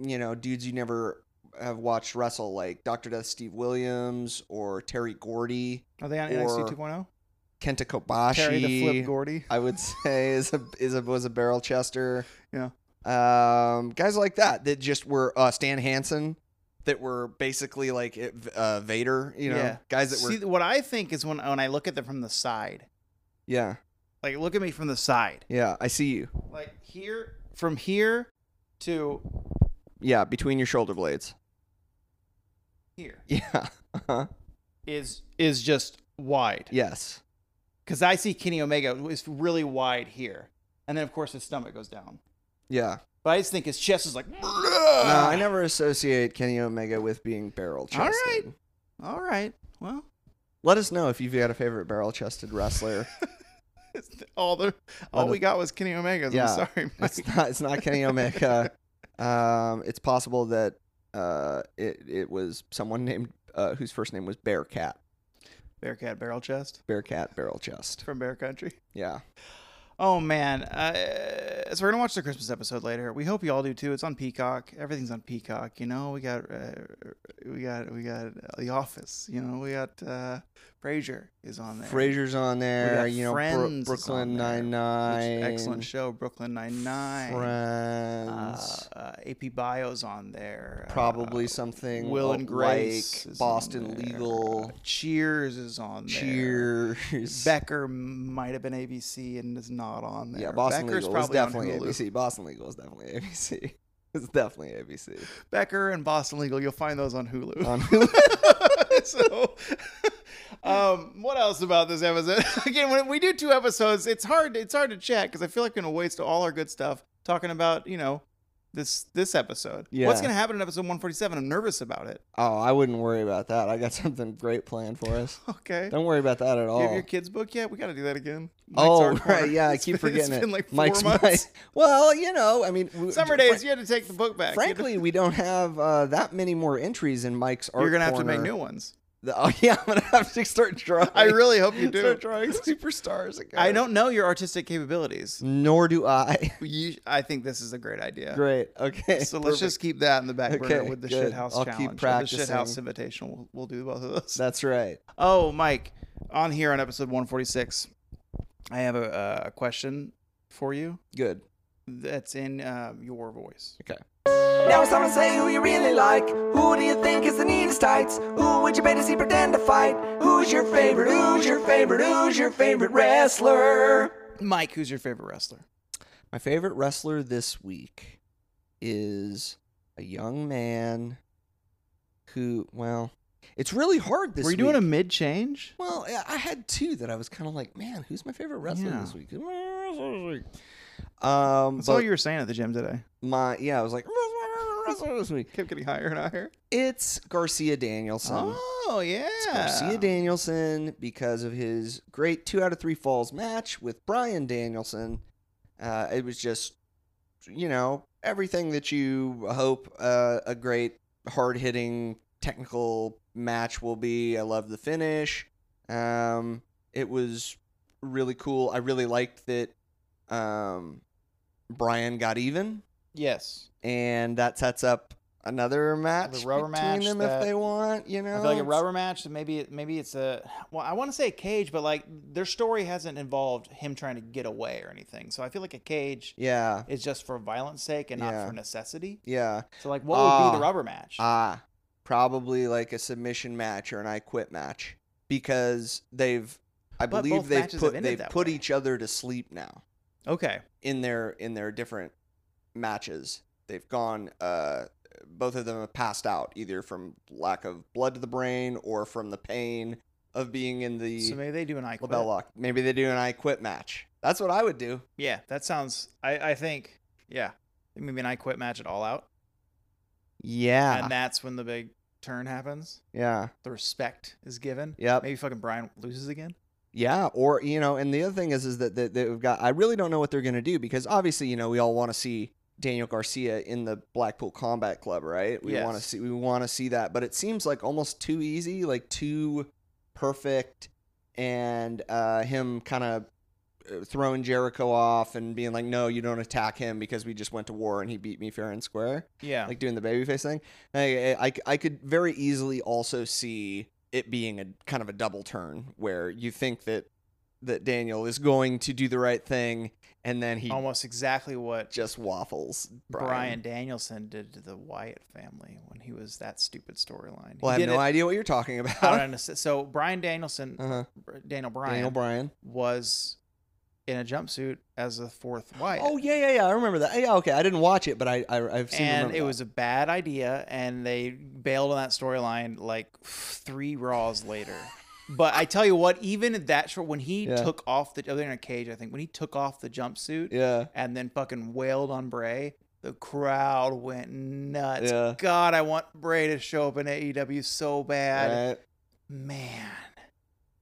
Speaker 1: you know, dudes you never have watched wrestle, like Doctor Death, Steve Williams, or Terry Gordy,
Speaker 2: Are they on
Speaker 1: or
Speaker 2: NXT 2.0?
Speaker 1: Kenta Kobashi.
Speaker 2: Terry the Flip Gordy.
Speaker 1: I would say is a is a was a barrel chester.
Speaker 2: Yeah.
Speaker 1: Um, guys like that that just were uh, Stan Hansen that were basically like uh, Vader. You know,
Speaker 2: Yeah.
Speaker 1: guys that were
Speaker 2: See, what I think is when when I look at them from the side,
Speaker 1: yeah
Speaker 2: like look at me from the side,
Speaker 1: yeah. I see you.
Speaker 2: like here from here to
Speaker 1: Yeah, between your shoulder blades.
Speaker 2: here
Speaker 1: Yeah. Uh-huh.
Speaker 2: is is just wide.
Speaker 1: Yes.
Speaker 2: because I see Kenny Omega is really wide here, and then of course his stomach goes down.
Speaker 1: Yeah.
Speaker 2: But I just think his chest is like.
Speaker 1: No, I never associate Kenny Omega with being barrel chested.
Speaker 2: Uh, All right. All right, well,
Speaker 1: Let us know if you've got a favorite barrel chested wrestler.
Speaker 2: it's th- all the all we got was Kenny Omega's.
Speaker 1: Yeah.
Speaker 2: I'm sorry, Mike.
Speaker 1: it's not it's not Kenny Omega. Um, it's possible that uh, it it was someone named uh, whose first name was Bearcat.
Speaker 2: Bearcat barrel chest
Speaker 1: Bearcat barrel chest.
Speaker 2: from Bear Country.
Speaker 1: Yeah.
Speaker 2: Oh man, uh, so we're gonna watch the Christmas episode later. We hope you all do too. It's on Peacock. Everything's on Peacock. You know, we got uh, we got we got uh, The Office. You know, we got uh, Frasier is on there.
Speaker 1: Frasier's on there.
Speaker 2: Oh, got
Speaker 1: You know,
Speaker 2: Friends
Speaker 1: Bro-
Speaker 2: is
Speaker 1: Brooklyn
Speaker 2: on there,
Speaker 1: Nine
Speaker 2: which
Speaker 1: Nine.
Speaker 2: is an excellent show. Brooklyn Nine Nine. uh,
Speaker 1: Friends.
Speaker 2: uh, AP Bio's on there.
Speaker 1: Probably
Speaker 2: uh,
Speaker 1: something
Speaker 2: Will and
Speaker 1: like
Speaker 2: Grace, is on
Speaker 1: Boston
Speaker 2: there.
Speaker 1: Legal.
Speaker 2: Cheers is on there.
Speaker 1: Cheers.
Speaker 2: Becker might have been ABC and is not on there.
Speaker 1: Yeah, Boston
Speaker 2: Becker's
Speaker 1: Legal is
Speaker 2: probably on
Speaker 1: definitely
Speaker 2: Hulu.
Speaker 1: ABC. Boston Legal is definitely ABC. It's definitely ABC.
Speaker 2: Becker and Boston Legal, you'll find those on Hulu.
Speaker 1: On Hulu.
Speaker 2: so, um, what else about this episode? Again, when we do two episodes, it's hard. It's hard to chat because I feel like I'm gonna waste all our good stuff talking about you know this this episode.
Speaker 1: Yeah.
Speaker 2: What's gonna happen in episode 147? I'm nervous about it.
Speaker 1: Oh, I wouldn't worry about that. I got something great planned for us.
Speaker 2: Okay.
Speaker 1: Don't worry about that at
Speaker 2: you have
Speaker 1: all.
Speaker 2: your kids book yet? We gotta do that again.
Speaker 1: Oh,
Speaker 2: Art Corner.
Speaker 1: right, yeah, I
Speaker 2: It's
Speaker 1: keep
Speaker 2: been-
Speaker 1: forgetting
Speaker 2: it's
Speaker 1: it.
Speaker 2: Been like four
Speaker 1: Mike's
Speaker 2: months.
Speaker 1: Mike- Well, you know, I mean, w-
Speaker 2: Summer
Speaker 1: fr-
Speaker 2: days, you had to take the book back. You had to-
Speaker 1: Frankly, we don't have uh, that many more entries in Mike's art.
Speaker 2: you're gonna have to make
Speaker 1: Corner.
Speaker 2: new ones.
Speaker 1: The- oh yeah, I'm gonna have to start drawing.
Speaker 2: I really hope you do.
Speaker 1: start drawing superstars. Again.
Speaker 2: I don't know your artistic capabilities.
Speaker 1: Nor do I.
Speaker 2: You, I think this is a great idea.
Speaker 1: Great. Okay.
Speaker 2: So let's
Speaker 1: perfect.
Speaker 2: just keep that in the back burner
Speaker 1: Okay,
Speaker 2: with the
Speaker 1: good.
Speaker 2: shithouse
Speaker 1: I'll keep
Speaker 2: challenge. or
Speaker 1: practicing.
Speaker 2: The shithouse invitation. We'll, we'll do both of those.
Speaker 1: That's right.
Speaker 2: Oh, Mike, on here on episode 146, I have a, a question for you
Speaker 1: Good.
Speaker 2: that's in uh, your voice.
Speaker 3: Now it's time to say who you really like. Who do you think is the neatest tights? Who would you pay to see pretend to fight? Who's your favorite? Who's your favorite? Who's your favorite wrestler?
Speaker 2: Mike, who's your favorite wrestler?
Speaker 1: My favorite wrestler this week is a young man who, well, it's really hard this
Speaker 2: Were you
Speaker 1: week.
Speaker 2: doing a mid change?
Speaker 1: Well, I- I had two that I was kind of like, man, who's my favorite wrestler
Speaker 2: Yeah.
Speaker 1: this week? Who's my favorite wrestler this week? Um,
Speaker 2: That's
Speaker 1: but
Speaker 2: all you were saying at the gym today.
Speaker 1: my yeah, I was like, "Who's my favorite wrestler this week.
Speaker 2: Kept getting higher and higher.
Speaker 1: It's Garcia Danielson.
Speaker 2: Oh yeah,
Speaker 1: Garcia Danielson because of his great two out of three falls match with Brian Danielson. Uh, it was just, you know, everything that you hope uh, a great hard hitting technical match will be. I love the finish. Um, it was really cool. I really liked that um, Brian got even,
Speaker 2: Yes,
Speaker 1: and that sets up another match
Speaker 2: rubber
Speaker 1: between
Speaker 2: match
Speaker 1: them
Speaker 2: that-
Speaker 1: if they want. You know,
Speaker 2: I feel like a
Speaker 1: It's-
Speaker 2: rubber match. Maybe it, maybe it's a well. I want to say a cage, but like their story hasn't involved him trying to get away or anything. So I feel like a cage
Speaker 1: Yeah.
Speaker 2: is just for violence sake and not
Speaker 1: Yeah.
Speaker 2: for necessity.
Speaker 1: Yeah.
Speaker 2: So like, what would be
Speaker 1: Ah.
Speaker 2: the rubber match?
Speaker 1: Ah, probably like a submission match or an I quit match because they've, I
Speaker 2: But
Speaker 1: believe
Speaker 2: both
Speaker 1: they've
Speaker 2: matches have
Speaker 1: put
Speaker 2: ended
Speaker 1: they've
Speaker 2: that
Speaker 1: put
Speaker 2: way.
Speaker 1: each other to sleep now
Speaker 2: okay,
Speaker 1: in their in their different matches. They've gone. Uh, both of them have passed out either from lack of blood to the brain or from the pain of being in the
Speaker 2: so maybe they do an I quit.
Speaker 1: label lock. Maybe they do an I quit match. That's what I would do.
Speaker 2: Yeah, that sounds. I I think yeah, maybe an I quit match at all out,
Speaker 1: Yeah.
Speaker 2: and that's when the big turn happens.
Speaker 1: yeah.
Speaker 2: The respect is given.
Speaker 1: Yep.
Speaker 2: Maybe fucking Brian loses again.
Speaker 1: Yeah, or you know, and the other thing is, is that that that we've got. I really don't know what they're going to do because obviously, you know, we all want to see Daniel Garcia in the Blackpool Combat Club, right? We want to
Speaker 2: Yes.
Speaker 1: see, we want to see that, but it seems like almost too easy, like too perfect, and uh, him kind of throwing Jericho off and being like, "No, you don't attack him because we just went to war and he beat me fair and square."
Speaker 2: Yeah.
Speaker 1: like doing the babyface thing. I, I, I could very easily also see it being a kind of a double turn where you think that that Daniel is going to do the right thing and then he
Speaker 2: almost exactly what
Speaker 1: just waffles
Speaker 2: Brian.
Speaker 1: Brian.
Speaker 2: Danielson did to the Wyatt family when he was that stupid storyline. He
Speaker 1: Well, I have
Speaker 2: did
Speaker 1: no
Speaker 2: it-
Speaker 1: idea what you're talking
Speaker 2: I don't
Speaker 1: about.
Speaker 2: understand. So Brian Danielson,
Speaker 1: Uh-huh.
Speaker 2: Daniel Bryan,
Speaker 1: Daniel Bryan.
Speaker 2: was in a jumpsuit as a fourth Wyatt.
Speaker 1: Oh yeah, yeah, yeah. I remember that. Yeah, okay. I didn't watch it, but I, I I've seen.
Speaker 2: and
Speaker 1: remember
Speaker 2: it
Speaker 1: that.
Speaker 2: was a bad idea, and they bailed on that storyline like three Raws later. But I tell you what, even that short, when he
Speaker 1: Yeah.
Speaker 2: took off the, oh, they're in a cage, I think, when he took off the jumpsuit,
Speaker 1: yeah.
Speaker 2: and then fucking wailed on Bray. The crowd went nuts.
Speaker 1: Yeah.
Speaker 2: God, I want Bray to show up in AEW so bad.
Speaker 1: Right.
Speaker 2: Man.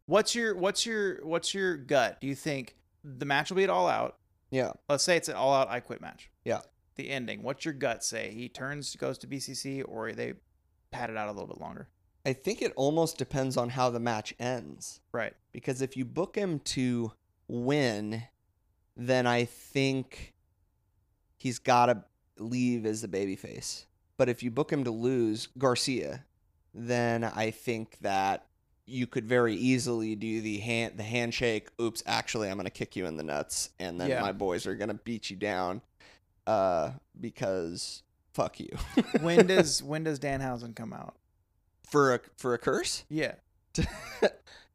Speaker 2: What's your what's your what's your gut? Do you think the match will be at all out?
Speaker 1: Yeah.
Speaker 2: Let's say it's an all out I quit match.
Speaker 1: Yeah.
Speaker 2: The ending. What's your gut say? He turns goes to BCC or they pat it out a little bit longer.
Speaker 1: I think it almost depends on how the match ends.
Speaker 2: Right.
Speaker 1: because if you book him to win, then I think he's got to leave as the babyface. But if you book him to lose Garcia, then I think that you could very easily do the hand the handshake. Oops, actually, I'm gonna kick you in the nuts, and then
Speaker 2: Yeah.
Speaker 1: my boys are gonna beat you down, uh, because fuck you
Speaker 2: When does when does Danhausen come out?
Speaker 1: for a for a curse.
Speaker 2: Yeah.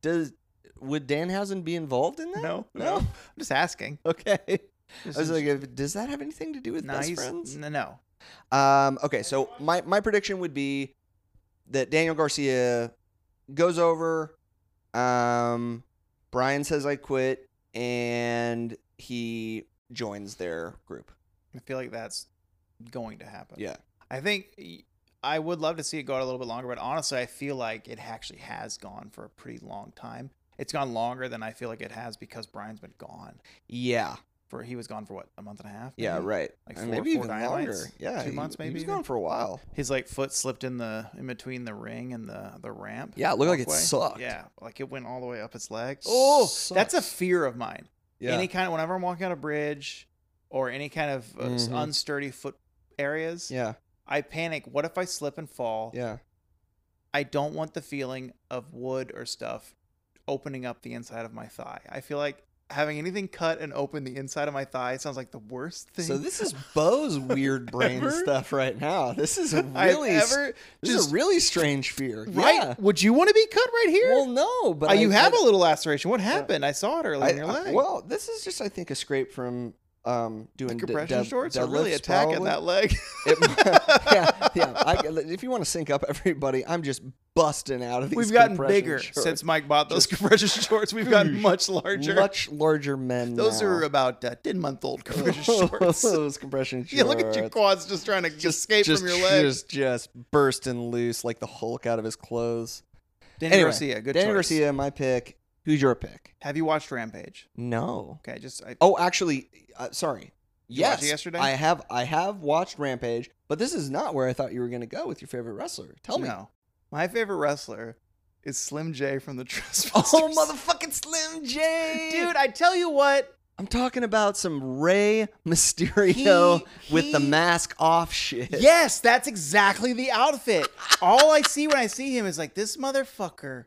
Speaker 1: Does would Danhausen be involved in that?
Speaker 2: No.
Speaker 1: no.
Speaker 2: I'm just asking.
Speaker 1: Okay.
Speaker 2: This
Speaker 1: I was
Speaker 2: is-
Speaker 1: like, if- does that have anything to do with
Speaker 2: nah,
Speaker 1: best
Speaker 2: he's-
Speaker 1: friends?
Speaker 2: n- No.
Speaker 1: Um, okay, so my, my prediction would be that Daniel Garcia goes over, um, Brian says I quit, and he joins their group.
Speaker 2: I feel like that's going to happen.
Speaker 1: Yeah.
Speaker 2: I think y- I would love to see it go out a little bit longer, but honestly, I feel like it actually has gone for a pretty long time. It's gone longer than I feel like it has because Brian's been gone.
Speaker 1: Yeah.
Speaker 2: For he was gone for what a month and a half.
Speaker 1: Yeah.
Speaker 2: maybe?
Speaker 1: Right.
Speaker 2: Like
Speaker 1: And
Speaker 2: four-
Speaker 1: maybe
Speaker 2: four
Speaker 1: even
Speaker 2: dynamites?
Speaker 1: longer. Yeah.
Speaker 2: Two months,
Speaker 1: He
Speaker 2: maybe
Speaker 1: was
Speaker 2: even?
Speaker 1: gone for a while.
Speaker 2: His like foot slipped in the in between the ring and the the ramp.
Speaker 1: Yeah, it looked like it
Speaker 2: walkway.
Speaker 1: sucked.
Speaker 2: Yeah, like it went all the way up its leg.
Speaker 1: Oh,
Speaker 2: that's a
Speaker 1: sucks.
Speaker 2: fear of mine.
Speaker 1: Yeah.
Speaker 2: Any kind of whenever I'm walking on a bridge or any kind of uh, s-
Speaker 1: Mhm.
Speaker 2: unsturdy foot areas,
Speaker 1: yeah.
Speaker 2: I panic. What if I slip and fall?
Speaker 1: Yeah.
Speaker 2: I don't want the feeling of wood or stuff opening up the inside of my thigh. I feel like having anything cut and open the inside of my thigh sounds like the worst thing.
Speaker 1: So this is Bo's weird brain
Speaker 2: Ever?
Speaker 1: stuff right now. This is a
Speaker 2: I've
Speaker 1: really s-
Speaker 2: ever
Speaker 1: this is
Speaker 2: just
Speaker 1: a really strange fear.
Speaker 2: right.
Speaker 1: Yeah.
Speaker 2: Would you want to be cut right here?
Speaker 1: Well, no, but
Speaker 2: Uh, you
Speaker 1: I-
Speaker 2: have
Speaker 1: I-
Speaker 2: a little laceration. What happened? I saw it earlier
Speaker 1: I-
Speaker 2: in your
Speaker 1: I-
Speaker 2: leg.
Speaker 1: Well, this is just I think a scrape from um doing d-
Speaker 2: compression
Speaker 1: dead-
Speaker 2: shorts are really
Speaker 1: deadlifts,
Speaker 2: attacking
Speaker 1: probably.
Speaker 2: that leg.
Speaker 1: It- yeah, yeah. I, if you want to sync up everybody, I'm just busting out of these.
Speaker 2: We've gotten
Speaker 1: compression
Speaker 2: bigger
Speaker 1: shorts.
Speaker 2: since Mike bought those compression shorts. We've gotten much larger.
Speaker 1: much larger men.
Speaker 2: those
Speaker 1: now.
Speaker 2: are about uh, ten month old compression shorts.
Speaker 1: Those compression shorts.
Speaker 2: yeah, look at your quads just trying to escape
Speaker 1: just,
Speaker 2: from your leg.
Speaker 1: Just, just bursting loose like the Hulk out of his clothes.
Speaker 2: Danny
Speaker 1: Anyway,
Speaker 2: Garcia, good
Speaker 1: Danny
Speaker 2: choice.
Speaker 1: Garcia, my pick. Who's your pick?
Speaker 2: Have you watched Rampage?
Speaker 1: No.
Speaker 2: Okay, just I,
Speaker 1: Oh, actually, uh, sorry.
Speaker 2: you watch
Speaker 1: yes,
Speaker 2: it yesterday?
Speaker 1: I have. I have watched Rampage, but this is not where I thought you were going to go with your favorite wrestler. Tell me.
Speaker 2: no. My favorite wrestler is Slim J from the Trustbusters.
Speaker 1: Oh, motherfucking Slim J,
Speaker 2: Dude, I tell you what,
Speaker 1: I'm talking about some Ray Mysterio
Speaker 2: He-
Speaker 1: with the
Speaker 2: he-
Speaker 1: mask off shit.
Speaker 2: Yes, that's exactly the outfit. All I see when I see him is like this motherfucker,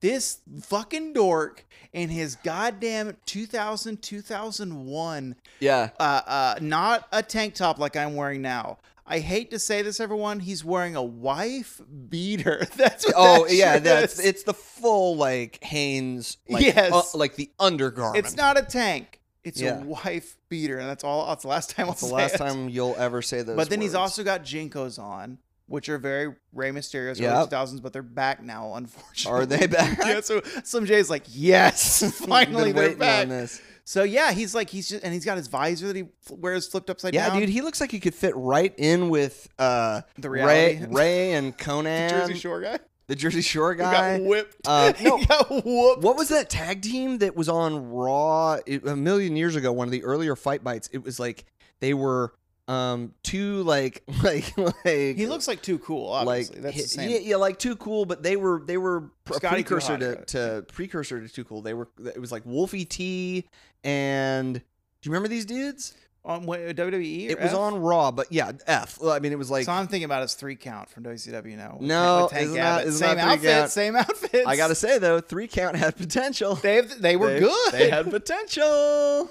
Speaker 2: this fucking dork, and his goddamn 2000, 2001,
Speaker 1: Yeah.
Speaker 2: uh, uh, not a tank top like I'm wearing now. I hate to say this, everyone. He's wearing a wife beater. That's what
Speaker 1: Oh
Speaker 2: that
Speaker 1: yeah,
Speaker 2: shirt
Speaker 1: that's
Speaker 2: is.
Speaker 1: it's the full like Hanes, like,
Speaker 2: Yes.
Speaker 1: uh, like the undergarment.
Speaker 2: It's not a tank. It's
Speaker 1: Yeah.
Speaker 2: a wife beater, and that's all. That's the last time. I'll
Speaker 1: That's the
Speaker 2: say
Speaker 1: last
Speaker 2: it.
Speaker 1: time you'll ever say those.
Speaker 2: But then he's
Speaker 1: words.
Speaker 2: also got Jinkos on, which are very Rey Mysterio's early
Speaker 1: Yep.
Speaker 2: two thousands, but they're back now, unfortunately.
Speaker 1: are they back?
Speaker 2: yeah, so Slim Jay's like, yes, finally
Speaker 1: Been
Speaker 2: they're
Speaker 1: waiting
Speaker 2: back.
Speaker 1: On this.
Speaker 2: So yeah, he's like, he's just, and he's got his visor that he f- wears flipped upside
Speaker 1: Yeah,
Speaker 2: down.
Speaker 1: dude, he looks like he could fit right in with uh,
Speaker 2: the reality,
Speaker 1: Ray, Ray and
Speaker 2: the
Speaker 1: Conan,
Speaker 2: Jersey Shore guy,
Speaker 1: the Jersey Shore
Speaker 2: who got
Speaker 1: guy.
Speaker 2: whipped.
Speaker 1: Uh, no.
Speaker 2: he got whooped.
Speaker 1: What was that tag team that was on Raw it- a million years ago? One of the earlier fight bites. It was like they were um two like like like
Speaker 2: He looks like too cool. Obviously, that's the
Speaker 1: hi-
Speaker 2: same.
Speaker 1: Yeah, yeah, like too cool, but they were they were pr- a
Speaker 2: Scotty
Speaker 1: precursor to,
Speaker 2: Kuhar.
Speaker 1: to precursor to too cool. They were it was like Wolfie T and do you remember these dudes?
Speaker 2: On what, WWE, or
Speaker 1: It was
Speaker 2: F?
Speaker 1: on Raw, but yeah, F. Well, I mean, it was like
Speaker 2: so I'm thinking about his three count from WCW now. with
Speaker 1: No,
Speaker 2: Tank- with Tank
Speaker 1: it's not-
Speaker 2: Abbott. same
Speaker 1: it's not three
Speaker 2: outfit,
Speaker 1: count.
Speaker 2: same outfit.
Speaker 1: I gotta say though, three count had potential.
Speaker 2: They have, they were
Speaker 1: They-
Speaker 2: good.
Speaker 1: They had potential.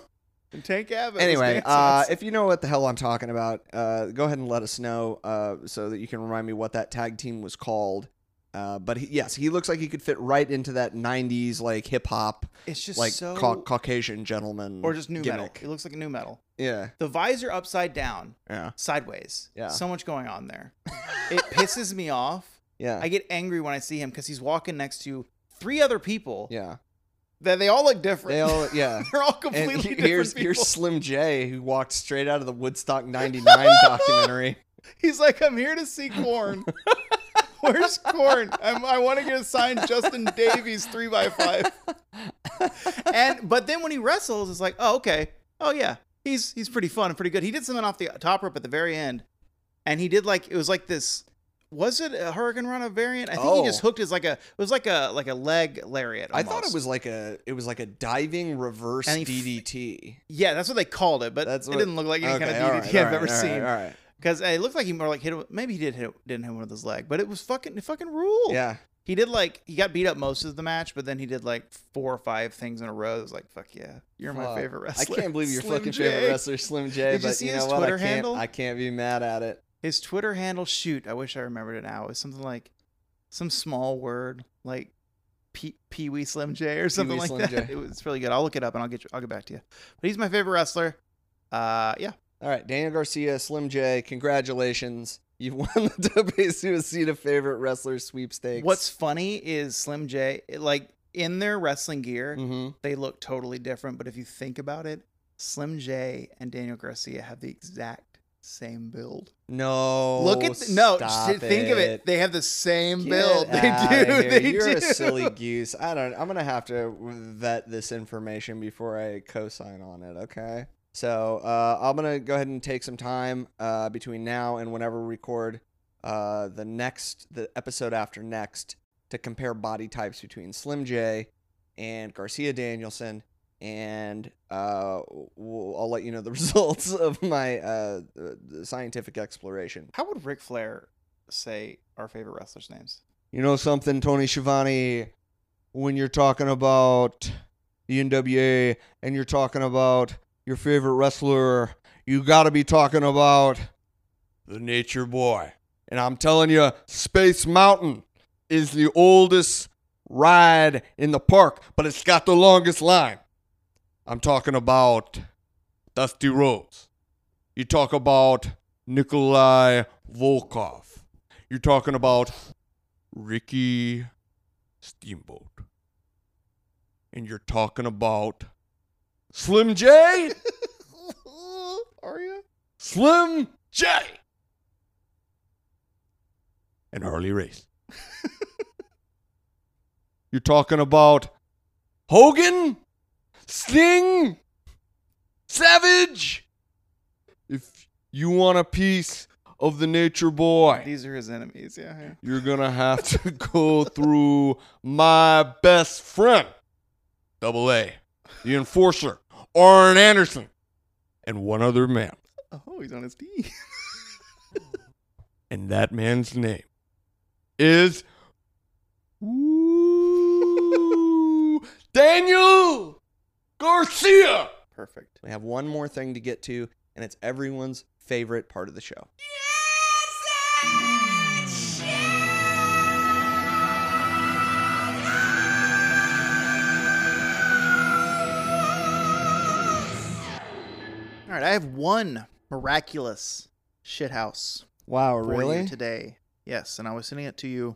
Speaker 2: And Tank Abbott. was
Speaker 1: anyway,
Speaker 2: dancing.
Speaker 1: uh, if you know what the hell I'm talking about, uh, go ahead and let us know uh, so that you can remind me what that tag team was called. Uh, but he, yes, he looks like he could fit right into that '90s like hip hop
Speaker 2: it's just
Speaker 1: like
Speaker 2: so
Speaker 1: Cau- Caucasian gentleman
Speaker 2: or just new metal.
Speaker 1: gimmick.
Speaker 2: It looks like a new metal.
Speaker 1: Yeah,
Speaker 2: The visor upside down,
Speaker 1: yeah,
Speaker 2: sideways.
Speaker 1: Yeah.
Speaker 2: So much going on there. it pisses me off.
Speaker 1: yeah,
Speaker 2: I get angry when I see him because he's walking next to three other people
Speaker 1: yeah.
Speaker 2: that they all look different.
Speaker 1: They all yeah.
Speaker 2: are all
Speaker 1: And
Speaker 2: completely
Speaker 1: he-
Speaker 2: different
Speaker 1: here's
Speaker 2: people.
Speaker 1: here's Slim J who walked straight out of the Woodstock '99 documentary.
Speaker 2: He's like, I'm here to see corn. Where's corn? I'm, I want to get a signed Justin Davies three by five. And but then when he wrestles, it's like, oh okay, oh yeah, he's he's pretty fun and pretty good. He did something off the top rope at the very end, and he did like it was like this. Was it a Hurricane Rana variant? I think he just
Speaker 1: Oh.
Speaker 2: hooked his like a it was like a like a leg lariat.
Speaker 1: I thought it
Speaker 2: almost.
Speaker 1: was like a it was like a diving reverse
Speaker 2: And he f-
Speaker 1: DDT.
Speaker 2: yeah, that's what they called it, but
Speaker 1: That's
Speaker 2: it
Speaker 1: what-
Speaker 2: didn't look like any kind of
Speaker 1: Okay,
Speaker 2: DDT
Speaker 1: all right,
Speaker 2: I've
Speaker 1: all right,
Speaker 2: ever
Speaker 1: all right,
Speaker 2: seen.
Speaker 1: all right.
Speaker 2: Because it looked like he more like hit. him- Maybe he did hit. Didn't hit one with his leg, but it was fucking. It fucking ruled.
Speaker 1: Yeah.
Speaker 2: He did like he got beat up most of the match, but then he did like four or five things in a row. It was like, fuck yeah, you're
Speaker 1: Fuck.
Speaker 2: my favorite
Speaker 1: I
Speaker 2: wrestler.
Speaker 1: can't believe your
Speaker 2: Slim
Speaker 1: fucking
Speaker 2: J.
Speaker 1: favorite wrestler, Slim J.
Speaker 2: Did you
Speaker 1: but
Speaker 2: see
Speaker 1: you
Speaker 2: his
Speaker 1: know what? I
Speaker 2: Twitter
Speaker 1: can't.
Speaker 2: handle?
Speaker 1: I can't be mad at it.
Speaker 2: His Twitter handle, shoot, I wish I remembered it now. It's something like some small word like Pee Pee Wee Slim J or something like
Speaker 1: Slim
Speaker 2: that.
Speaker 1: J.
Speaker 2: It was really good. I'll look it up and I'll get you, I'll get back to you. But he's my favorite wrestler. Uh, yeah,
Speaker 1: All right, Daniel Garcia, Slim J. Congratulations, you've won the Tope Suicida favorite wrestler sweepstakes.
Speaker 2: What's funny is Slim J, it, like in their wrestling gear,
Speaker 1: hmm
Speaker 2: they look totally different. But if you think about it, Slim J and Daniel Garcia have the exact Same build.
Speaker 1: No.
Speaker 2: Look at the, no.
Speaker 1: Oh, stop
Speaker 2: th- think of it. They have the same
Speaker 1: Get
Speaker 2: build. They
Speaker 1: outta
Speaker 2: do.
Speaker 1: here.
Speaker 2: They
Speaker 1: You're
Speaker 2: do.
Speaker 1: a silly goose. I don't. I'm gonna have to vet this information before I co-sign on it. Okay. So uh, I'm gonna go ahead and take some time uh, between now and whenever we record uh, the next, the episode after next, to compare body types between Slim J and Garcia Danielson, and uh, we'll, I'll let you know the results of my uh, uh, scientific exploration.
Speaker 2: How would Ric Flair say our favorite wrestlers' names?
Speaker 1: You know something, Tony Schiavone, when you're talking about the NWA and you're talking about your favorite wrestler, you got to be talking about the Nature Boy. And I'm telling you, Space Mountain is the oldest ride in the park, but it's got the longest line. I'm talking about Dusty Rhodes. You talk about Nikolai Volkov. You're talking about Ricky Steamboat. And you're talking about Slim J?
Speaker 2: Are you?
Speaker 1: Slim J! And Harley Race. you're talking about Hogan? Sting? Savage? If you want a piece of the nature boy.
Speaker 2: These are his enemies. Yeah. yeah.
Speaker 1: You're gonna have to go through my best friend, Double A, the enforcer, Arn Anderson, and one other man.
Speaker 2: Oh, he's on his team.
Speaker 1: And that man's name is Ooh, Daniel Garcia.
Speaker 2: Perfect.
Speaker 1: We have one more thing to get to, and it's everyone's favorite part of the show.
Speaker 2: All right, I have one miraculous shithouse
Speaker 1: Wow,
Speaker 2: for you today. Yes, and I was sending it to you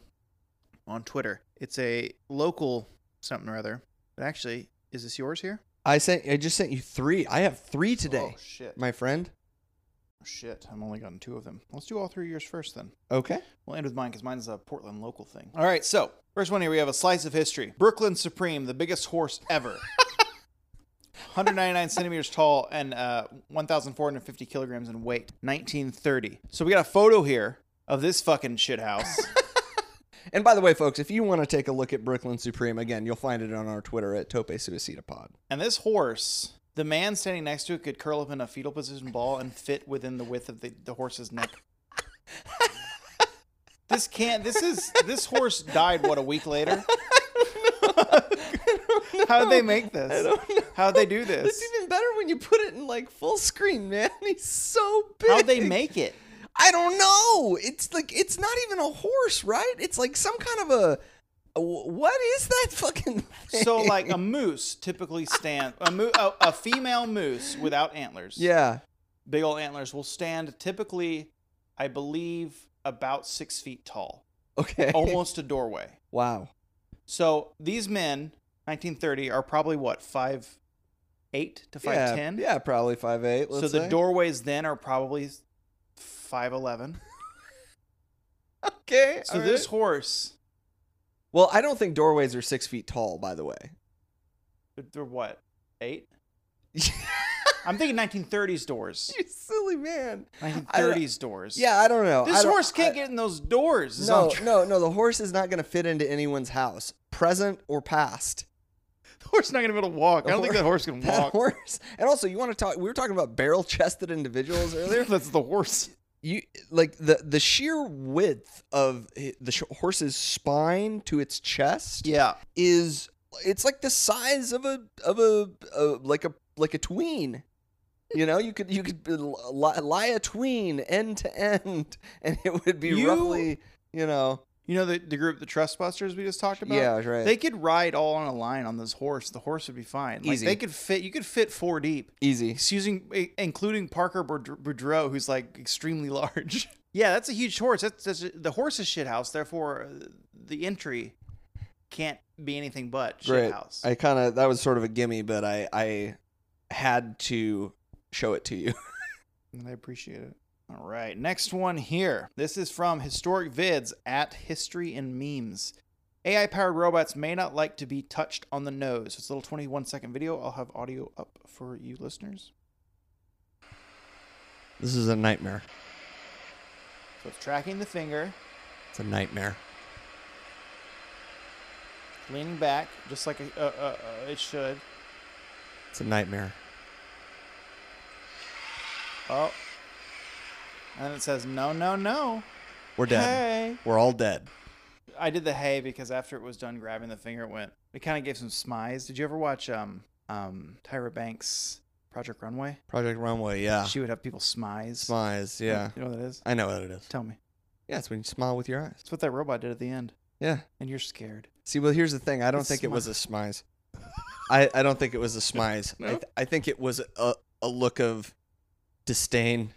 Speaker 2: on Twitter. It's a local something or other. But actually, is this yours here?
Speaker 1: I sent. I just sent you three. I have three today,
Speaker 2: Oh shit. Oh,
Speaker 1: my friend.
Speaker 2: Shit, I've only gotten two of them. Let's do all three of yours first then.
Speaker 1: Okay.
Speaker 2: We'll end with mine because mine's a Portland local thing. All right, so first one here we have a slice of history. Brooklyn Supreme, the biggest horse ever. 199 centimeters tall and uh, 1,450 kilograms in weight. 1930. So we got a photo here of this fucking shit house.
Speaker 1: And by the way, folks, if you want to take a look at Brooklyn Supreme again, you'll find it on our Twitter at Tope Suicida Pod.
Speaker 2: and this horse, the man standing next to it could curl up in a fetal position ball and fit within the width of the, the horse's neck. this can't. This is this horse died. What a week later. How would they make this?
Speaker 1: I don't know.
Speaker 2: How'd they do this?
Speaker 1: It's even better when you put it in like full screen, man. He's so big.
Speaker 2: How'd they make it?
Speaker 1: I don't know. It's like it's not even a horse, right? It's like some kind of a. a what is that fucking? Thing?
Speaker 2: So like a moose typically stand a, mo- a, a female moose without antlers.
Speaker 1: Yeah.
Speaker 2: Big old antlers will stand typically, I believe, about six feet tall,
Speaker 1: Okay.
Speaker 2: almost a doorway.
Speaker 1: Wow.
Speaker 2: So these men, 1930, are probably what five, eight to five
Speaker 1: yeah.
Speaker 2: ten.
Speaker 1: Yeah, probably five eight.
Speaker 2: So the doorways then are probably five eleven.
Speaker 1: Okay.
Speaker 2: So this horse,
Speaker 1: Well, I don't think doorways are six feet tall, by the way.
Speaker 2: they're what eight? I'm thinking 1930s doors.
Speaker 1: you silly man.
Speaker 2: 1930s doors.
Speaker 1: Yeah, I don't know. I
Speaker 2: This
Speaker 1: don't-
Speaker 2: horse can't
Speaker 1: I-
Speaker 2: get in those doors. is all
Speaker 1: No,
Speaker 2: I'm trying-
Speaker 1: no, no. The horse is not going to fit into anyone's house, present or past.
Speaker 2: The horse is not gonna be able to walk. I
Speaker 1: The
Speaker 2: don't think
Speaker 1: hor-
Speaker 2: that horse can
Speaker 1: That
Speaker 2: walk.
Speaker 1: horse. And also, you want to talk? We were talking about barrel-chested individuals earlier.
Speaker 2: That's the horse.
Speaker 1: you like the the sheer width of i- the sh- horse's spine to its chest
Speaker 2: Yeah.
Speaker 1: is it's like the size of a of a, a like a like a tween. You know, you could you could be- lie, lie a tween end to end, and it would be
Speaker 2: You-
Speaker 1: roughly you know
Speaker 2: You know the, the group, the Trustbusters we just talked about.
Speaker 1: yeah right
Speaker 2: They could ride all on a line on this horse. The horse would be fine. Like
Speaker 1: Easy.
Speaker 2: they could fit. You could fit four deep,
Speaker 1: easy
Speaker 2: excusing, i- including Parker Boud- Boudreau, who's like extremely large. yeah, that's a huge horse. That's, that's the horse's shit house. Therefore, uh, the entry can't be anything but shit
Speaker 1: Great.
Speaker 2: house.
Speaker 1: I kind of that was sort of a gimme, but I I had to show it to you.
Speaker 2: and I appreciate it. All right, next one here. This is from Historic Vids at History and Memes. AI powered robots may not like to be touched on the nose. It's a little 21 second video. I'll have audio up for you listeners.
Speaker 1: This is a nightmare.
Speaker 2: So it's tracking the finger,
Speaker 1: It's a nightmare.
Speaker 2: leaning back, just like a, uh, uh, uh, it should.
Speaker 1: It's a nightmare.
Speaker 2: Oh. And then it says, no, no, no.
Speaker 1: We're dead.
Speaker 2: Hey.
Speaker 1: We're all dead.
Speaker 2: I did the hay because after it was done grabbing the finger, it went. It kind of gave some smiles. Did you ever watch um um Tyra Banks Project Runway?
Speaker 1: Project Runway, yeah.
Speaker 2: She would have people smize.
Speaker 1: Smiles, Ah. yeah.
Speaker 2: You know what that is?
Speaker 1: I know what it is.
Speaker 2: Tell me.
Speaker 1: Yeah, it's when you smile with your eyes.
Speaker 2: It's what that robot did at the end,
Speaker 1: Yeah.
Speaker 2: and you're scared.
Speaker 1: See, well, here's the thing. I don't
Speaker 2: It's
Speaker 1: think it was a smize. I, I don't think it was a smize. I,
Speaker 2: No?
Speaker 1: th- I think it was a, a look of disdain.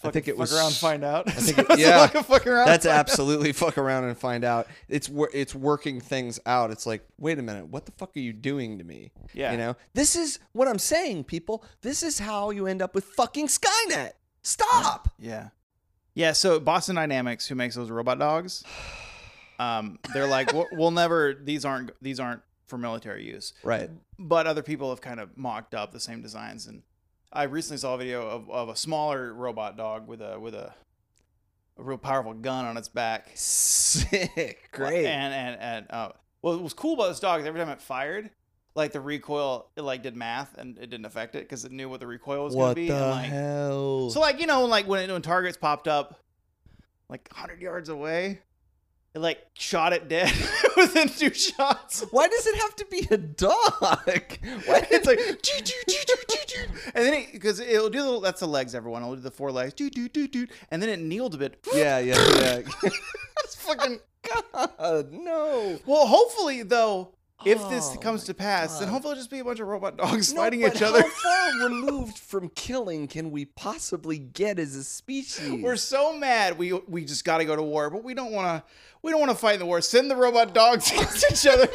Speaker 1: I
Speaker 2: Fuck-
Speaker 1: think it
Speaker 2: fuck
Speaker 1: was-
Speaker 2: around, find out. I
Speaker 1: think it- yeah.
Speaker 2: fuck around.
Speaker 1: That's
Speaker 2: find out.
Speaker 1: absolutely fuck around and find out. It's wor- it's working things out. It's like, wait a minute, what the fuck are you doing to me?
Speaker 2: Yeah.
Speaker 1: You know, this is what I'm saying, people. This is how you end up with fucking Skynet. Stop.
Speaker 2: Yeah. Yeah. So Boston Dynamics, who makes those robot dogs, um, they're like, we'll, we'll never. These aren't. These aren't for military use.
Speaker 1: Right.
Speaker 2: but other people have kind of mocked up the same designs and i recently saw a video of, of a smaller robot dog with a with a, a real powerful gun on its back
Speaker 1: Sick. Great.
Speaker 2: and and and uh, well what was cool about this dog is every time it fired like the recoil it like did math and it didn't affect it because it knew what the recoil was going
Speaker 1: what
Speaker 2: to be
Speaker 1: the
Speaker 2: and, like,
Speaker 1: hell?
Speaker 2: so like you know like when when targets popped up like 100 yards away it like shot it dead within two shots
Speaker 1: Why does it have to be a dog? Why
Speaker 2: it's
Speaker 1: did-
Speaker 2: like "Choo, choo, choo, choo, choo, choo." and then because it, will do the little, that's the legs everyone it'll do the four legs do do do do and then it kneeled a bit
Speaker 1: yeah, yeah, yeah.
Speaker 2: It's fucking
Speaker 1: God, no.
Speaker 2: well hopefully though if this
Speaker 1: Oh
Speaker 2: comes
Speaker 1: my
Speaker 2: to pass then
Speaker 1: God.
Speaker 2: hopefully it'll just be a bunch of robot dogs
Speaker 1: No,
Speaker 2: fighting
Speaker 1: but
Speaker 2: each other
Speaker 1: How far removed from killing can we possibly get as a species?
Speaker 2: we're so mad we we just got to go to war but we don't want to we don't want to fight in the war send the robot dogs against each other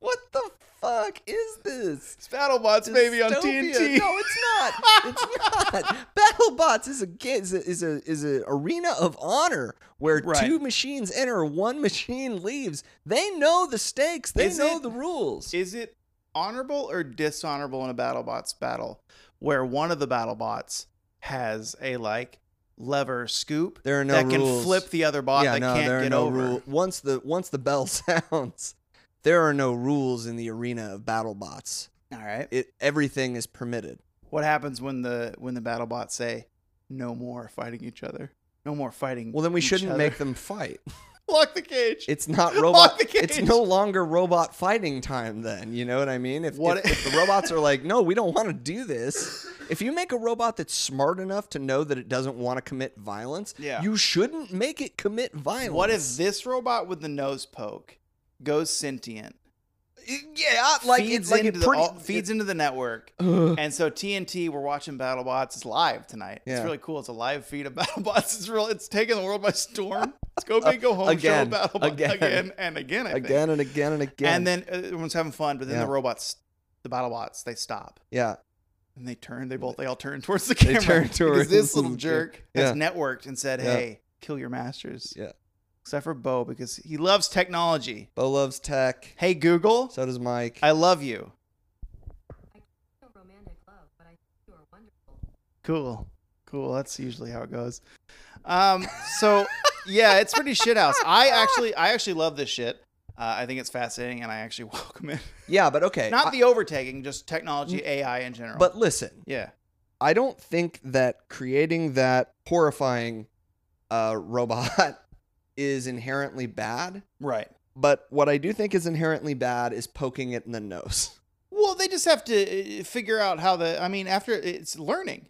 Speaker 1: what the fuck is this?
Speaker 2: it's battlebots baby on
Speaker 1: Dystopia.
Speaker 2: TNT
Speaker 1: No, it's not. It's not. BattleBots is a ga- is a is a, is a arena of honor where
Speaker 2: Right.
Speaker 1: two machines enter, one machine leaves. They know the stakes. They
Speaker 2: Is
Speaker 1: know
Speaker 2: it-
Speaker 1: the rules.
Speaker 2: is it honorable or dishonorable in a BattleBots battle where one of the BattleBots has a like lever scoop
Speaker 1: there are no
Speaker 2: that can
Speaker 1: rules.
Speaker 2: flip the other bot that
Speaker 1: no,
Speaker 2: can't
Speaker 1: there are
Speaker 2: get
Speaker 1: no
Speaker 2: over?
Speaker 1: rule- Once the once the bell sounds, there are no rules in the arena of BattleBots.
Speaker 2: All right.
Speaker 1: It everything is permitted.
Speaker 2: What happens when the when the BattleBots say no more fighting each other? No more fighting.
Speaker 1: Well, then we
Speaker 2: each
Speaker 1: shouldn't
Speaker 2: other."
Speaker 1: make them fight.
Speaker 2: lock the cage.
Speaker 1: It's not robot.
Speaker 2: the
Speaker 1: It's
Speaker 2: cage.
Speaker 1: no longer robot fighting time. Then you know what I mean. If
Speaker 2: What
Speaker 1: if,
Speaker 2: i-
Speaker 1: if the robots are like, no, we don't want to do this. If you make a robot that's smart enough to know that it doesn't want to commit violence,
Speaker 2: Yeah.
Speaker 1: you shouldn't make it commit violence.
Speaker 2: what if this robot with the nose poke goes sentient?
Speaker 1: Yeah, like
Speaker 2: feeds
Speaker 1: it's like
Speaker 2: into
Speaker 1: it
Speaker 2: the
Speaker 1: pretty,
Speaker 2: all- feeds into the network.
Speaker 1: Ugh.
Speaker 2: And so TNT, we're watching BattleBots. It's live tonight. It's
Speaker 1: Yeah.
Speaker 2: really cool. It's a live feed of BattleBots. It's real. It's taking the world by storm. Let's go big, go home.
Speaker 1: Again.
Speaker 2: show BattleBots
Speaker 1: Again.
Speaker 2: again and again. I think.
Speaker 1: again and again and again.
Speaker 2: And then uh, everyone's having fun, but then
Speaker 1: Yeah.
Speaker 2: the robots, the BattleBots, they stop
Speaker 1: yeah,
Speaker 2: and they turn. They both they all turn towards the
Speaker 1: They
Speaker 2: camera.
Speaker 1: turn
Speaker 2: because
Speaker 1: towards
Speaker 2: this little
Speaker 1: the
Speaker 2: jerk
Speaker 1: Yeah.
Speaker 2: that's networked and said,
Speaker 1: Yeah.
Speaker 2: "Hey, kill your masters."
Speaker 1: Yeah.
Speaker 2: Except for Bo because he loves technology.
Speaker 1: Bo loves tech.
Speaker 2: Hey Google,
Speaker 1: So does Mike.
Speaker 2: I love you.
Speaker 4: no romantic love, but I think you are wonderful.
Speaker 2: Cool. Cool. That's usually how it goes. Um, so yeah, it's pretty shit house. I actually I actually love this shit. Uh, I think it's fascinating and I actually welcome it.
Speaker 1: yeah, but okay.
Speaker 2: Not
Speaker 1: I- Mm.
Speaker 2: the overtaking, just technology, AI in general.
Speaker 1: but listen,
Speaker 2: yeah.
Speaker 1: I don't think that creating that horrifying uh, robot is inherently bad.
Speaker 2: Right.
Speaker 1: But what I do think is inherently bad is poking it in the nose.
Speaker 2: Well, they just have to uh, figure out how the I mean, after it's learning.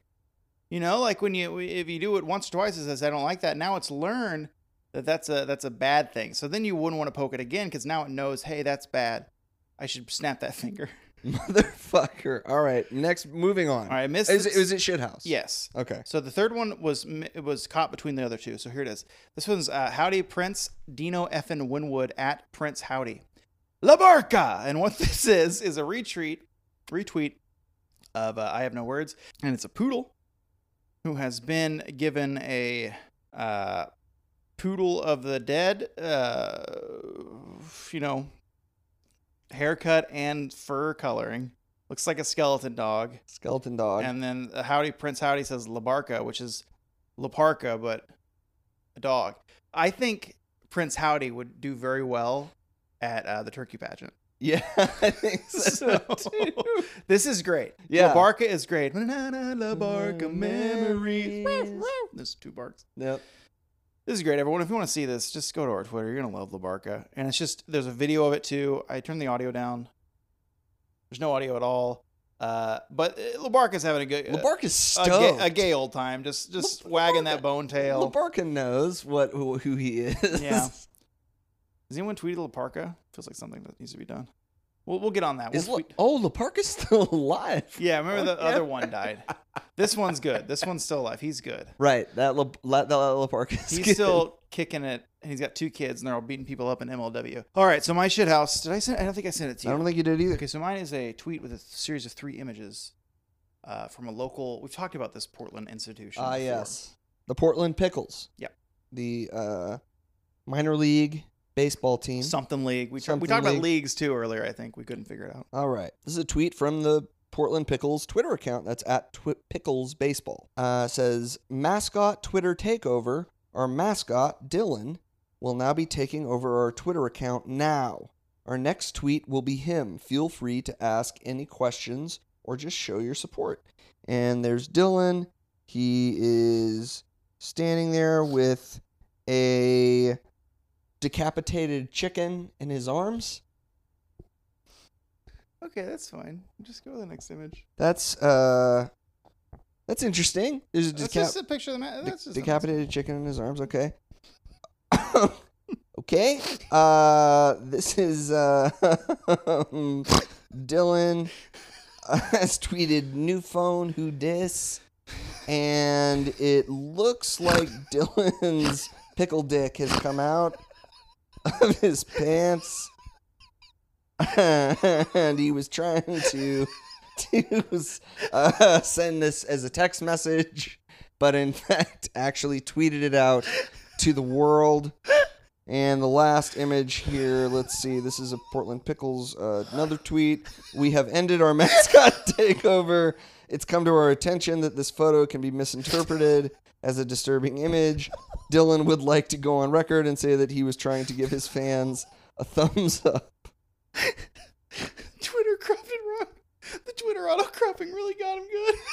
Speaker 2: You know, like when you if you do it once or twice it says I don't like that. Now it's learned that that's a that's a bad thing. So then you wouldn't want to poke it again cuz now it knows, "Hey, that's bad. I should snap that finger."
Speaker 1: Motherfucker. All right. Next, moving on.
Speaker 2: All right, I missed
Speaker 1: Is,
Speaker 2: it.
Speaker 1: it- is it shithouse?
Speaker 2: Yes.
Speaker 1: Okay.
Speaker 2: So the third one was it was caught between the other two. So here it is. This one's uh, Howdy Prince Dino Effin Winwood at Prince Howdy. La Barca! And what this is is a retweet, retweet of uh, I have no words, and it's a poodle who has been given a uh, poodle of the dead, uh, you know, haircut and fur coloring. Looks like a skeleton dog.
Speaker 1: Skeleton dog.
Speaker 2: And then uh, Howdy Prince Howdy says Labarca, which is Laparca, but a dog. I think Prince Howdy would do very well at uh, the turkey pageant.
Speaker 1: yeah, I think so.
Speaker 2: So-
Speaker 1: too.
Speaker 2: This is great.
Speaker 1: Yeah.
Speaker 2: Labarca is great. Na, na, Labarca memories.
Speaker 1: Memories.
Speaker 2: There's two barks.
Speaker 1: Yep.
Speaker 2: This is great, everyone. If you want to see this, just go to our Twitter. You're gonna love Labarca, and it's just there's a video of it too. I turned the audio down. There's no audio at all. Uh, but uh, Labarca's having a good uh,
Speaker 1: LaBarca is
Speaker 2: a, gay,
Speaker 1: stoked.
Speaker 2: a gay old time. Just just wagging that bone tail.
Speaker 1: LaBarca knows what who, who he is.
Speaker 2: Yeah. Has anyone tweeted Laparca? Feels like something that needs to be done. We'll we'll get on that. We'll
Speaker 1: Is La-
Speaker 2: tweet-
Speaker 1: oh, LaBarca's still alive.
Speaker 2: yeah, remember the
Speaker 1: Yeah.
Speaker 2: other one died. This one's good. This one's still alive. He's good.
Speaker 1: Right. That La, La, that La, LaBarca's
Speaker 2: He's
Speaker 1: good.
Speaker 2: still kicking it, and he's got two kids, and they're all beating people up in MLW. All right, so my shit house. Did I send? I don't think I sent it to
Speaker 1: I
Speaker 2: you.
Speaker 1: don't think you did either.
Speaker 2: Okay, so mine is a tweet with a th- series of three images uh, from a local. We've talked about this Portland institution.
Speaker 1: Ah,
Speaker 2: before.
Speaker 1: yes. The Portland Pickles.
Speaker 2: Yep.
Speaker 1: The uh, minor league baseball team.
Speaker 2: Something league. We, tra- we
Speaker 1: Something
Speaker 2: talked about
Speaker 1: league.
Speaker 2: leagues too earlier. I think we couldn't figure it out.
Speaker 1: All right. This is a tweet from the Portland Pickles Twitter account. That's at twi- Pickles Baseball. Uh, says mascot Twitter takeover. Our mascot Dylan will now be taking over our Twitter account now. Our next tweet will be him. Feel free to ask any questions or just show your support. And there's Dylan. He is standing there with a decapitated chicken in his arms.
Speaker 2: Okay, that's fine. Just go to the next image.
Speaker 1: That's uh, that's interesting. There's a,
Speaker 2: That's
Speaker 1: decap-
Speaker 2: just a picture of the ma-
Speaker 1: de-
Speaker 2: that's just a-
Speaker 1: decapitated chicken in his arms. Okay. okay. Uh, this is uh, Dylan uh, has tweeted new phone who dis, and it looks like Dylan's pickle dick has come out of his pants. and he was trying to to uh, send this as a text message, but in fact actually tweeted it out to the world. And the last image here, let's see. This is a Portland Pickles uh, another tweet. We have ended our mascot takeover. It's come to our attention that this photo can be misinterpreted as a disturbing image. Dylan would like to go on record and say that he was trying to give his fans a thumbs up.
Speaker 2: Twitter cropped it wrong. The Twitter auto cropping really got him good.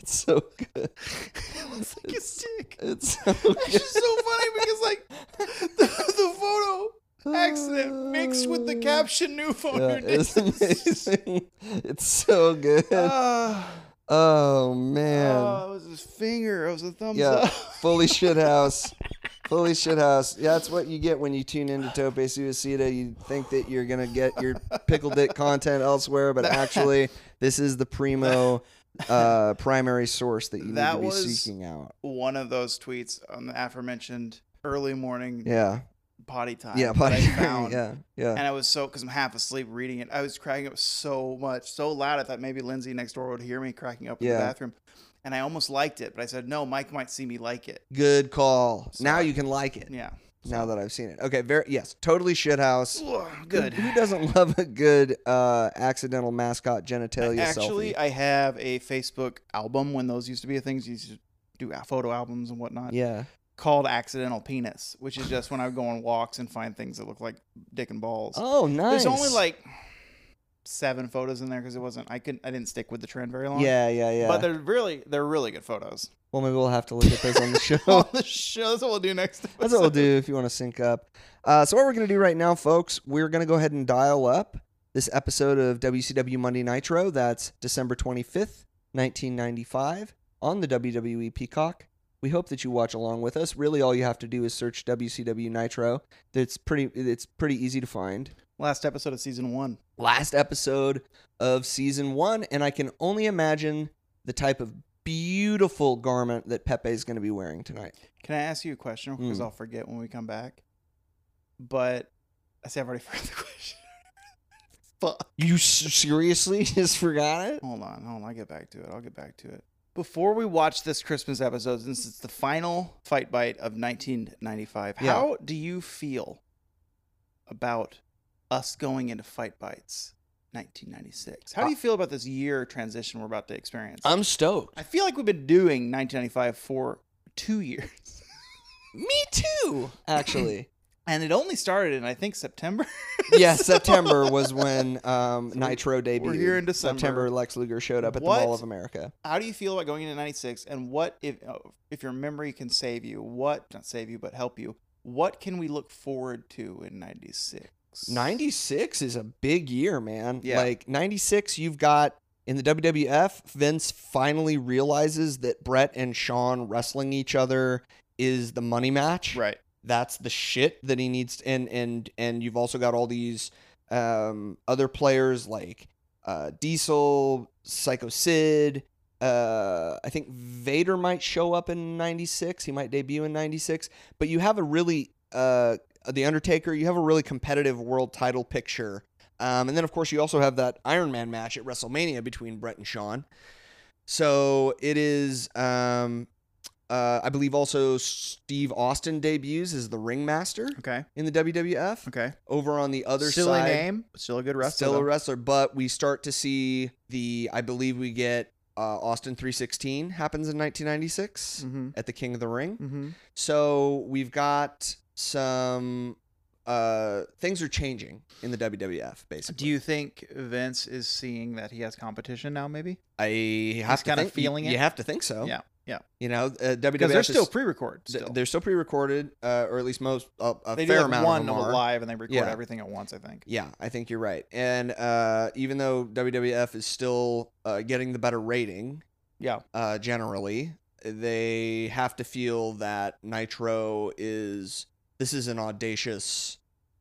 Speaker 1: It's so good.
Speaker 2: it's like his dick.
Speaker 1: It's so good.
Speaker 2: It's just so funny because like the, the photo accident mixed with the caption new phone.
Speaker 1: Uh, Yeah,
Speaker 2: who
Speaker 1: it's
Speaker 2: dis.
Speaker 1: amazing. It's so good.
Speaker 2: Ah.
Speaker 1: oh man.
Speaker 2: Oh, it was his finger. It was a thumbs
Speaker 1: yeah.
Speaker 2: up.
Speaker 1: Fully shit house. Fully shit house. Yeah, that's what you get when you tune into Tope Suicida. You think that you're gonna get your pickle dick content elsewhere, but actually this is the primo uh, primary source that you need
Speaker 2: That
Speaker 1: to be
Speaker 2: was-
Speaker 1: seeking out.
Speaker 2: One of those tweets on the aforementioned early morning
Speaker 1: Yeah.
Speaker 2: potty time.
Speaker 1: Yeah,
Speaker 2: that
Speaker 1: potty
Speaker 2: I
Speaker 1: training.
Speaker 2: found.
Speaker 1: Yeah. Yeah.
Speaker 2: And I was so because I'm half asleep reading it. I was cracking up so much, so loud. I thought maybe Lindsay next door would hear me cracking up in the
Speaker 1: Yeah.
Speaker 2: bathroom, and I almost liked it, but I said no. Mike might see me like it.
Speaker 1: Good call.
Speaker 2: So-
Speaker 1: now you can like it.
Speaker 2: Yeah.
Speaker 1: Now that I've seen it. Okay, very yes, totally shit house.
Speaker 2: Ugh, Good.
Speaker 1: Who doesn't love a good uh, accidental mascot genitalia
Speaker 2: Actually,
Speaker 1: selfie?
Speaker 2: I have a Facebook album when those used to be a thing. You used to do photo albums and whatnot.
Speaker 1: Yeah.
Speaker 2: Called accidental penis, which is just when I would go on walks and find things that look like dick and balls.
Speaker 1: Oh, nice.
Speaker 2: There's only like seven photos in there because it wasn't. I couldn't. I didn't stick with the trend very long.
Speaker 1: Yeah, yeah, yeah.
Speaker 2: But they're really they're really good photos.
Speaker 1: well, maybe we'll have to look at those on the show.
Speaker 2: on the show. That's what we'll do next.
Speaker 1: That's what we'll do if you want to sync up. Uh, so what we're gonna do right now, folks, we're gonna go ahead and dial up this episode of WCW Monday Nitro. That's December twenty fifth, nineteen ninety five, on the WWE Peacock. We hope that you watch along with us. Really, all you have to do is search WCW Nitro. That's pretty. It's pretty easy to find.
Speaker 2: Last episode of season one.
Speaker 1: last episode of season one, and I can only imagine the type of beautiful garment that Pepe's going to be wearing tonight.
Speaker 2: Can I ask you a question? Because
Speaker 1: Mm.
Speaker 2: I'll forget when we come back. But I see I've already forgot the question. Fuck.
Speaker 1: You s- seriously just forgot it?
Speaker 2: Hold on, hold on. I'll get back to it. I'll get back to it. Before we watch this Christmas episode, since it's the final fight bite of 1995,
Speaker 1: Yeah.
Speaker 2: how do you feel about us going into fight bites 1996?
Speaker 1: Uh,
Speaker 2: How do you feel about this year transition we're about to experience?
Speaker 1: I'm stoked.
Speaker 2: I feel like we've been doing 1995 for two years,
Speaker 1: Me too, actually.
Speaker 2: and it only started in I think September.
Speaker 1: yeah, September was when um, Nitro debuted.
Speaker 2: we're here in December.
Speaker 1: September, Lex Luger showed up at
Speaker 2: What?
Speaker 1: the Mall of America.
Speaker 2: How do you feel about going into 96 and what if oh, if your memory can save you, what not save you but help you? What can we look forward to in 96?
Speaker 1: 96 is a big year, man.
Speaker 2: Yeah.
Speaker 1: Like 96, you've got in the WWF, Vince finally realizes that Brett and Sean wrestling each other is the money match.
Speaker 2: Right.
Speaker 1: That's the shit that he needs and and and you've also got all these um other players like uh Diesel, Psycho Sid, uh I think Vader might show up in 96, he might debut in 96, but you have a really uh the Undertaker, you have a really competitive world title picture. Um, and then, of course, you also have that Iron Man match at WrestleMania between Brett and Sean. So it is, um, uh, I believe, also Steve Austin debuts as the Ringmaster
Speaker 2: Okay.
Speaker 1: in the WWF.
Speaker 2: Okay.
Speaker 1: Over on the other
Speaker 2: Silly
Speaker 1: side,
Speaker 2: name, but still a good wrestler.
Speaker 1: still a
Speaker 2: though.
Speaker 1: wrestler, but we start to see the, I believe we get uh, Austin 316 happens in 1996
Speaker 2: Mhm.
Speaker 1: at the King of the Ring.
Speaker 2: Mhm.
Speaker 1: So we've got some uh things are changing in the WWF basically.
Speaker 2: Do you think Vince is seeing that he has competition now maybe?
Speaker 1: I have to
Speaker 2: kinda
Speaker 1: think,
Speaker 2: feeling
Speaker 1: you,
Speaker 2: it?
Speaker 1: You have to think so.
Speaker 2: Yeah. Yeah.
Speaker 1: You know,
Speaker 2: Because
Speaker 1: uh, WWF
Speaker 2: they're
Speaker 1: is-
Speaker 2: still pre-record
Speaker 1: th-
Speaker 2: still.
Speaker 1: they're still pre-recorded uh, or at least most a, a
Speaker 2: they
Speaker 1: fair
Speaker 2: do like
Speaker 1: amount
Speaker 2: one
Speaker 1: of them are.
Speaker 2: live and they record
Speaker 1: Yeah.
Speaker 2: everything at once, I think.
Speaker 1: Yeah, I think you're right. And uh even though WWF is still uh, getting the better rating
Speaker 2: Yeah.
Speaker 1: uh generally, they have to feel that Nitro is this is an audacious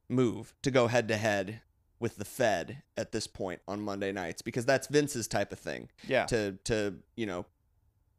Speaker 1: move to go head to head with the Fed at this point on Monday nights because that's Vince's type of thing
Speaker 2: Yeah.
Speaker 1: to to you know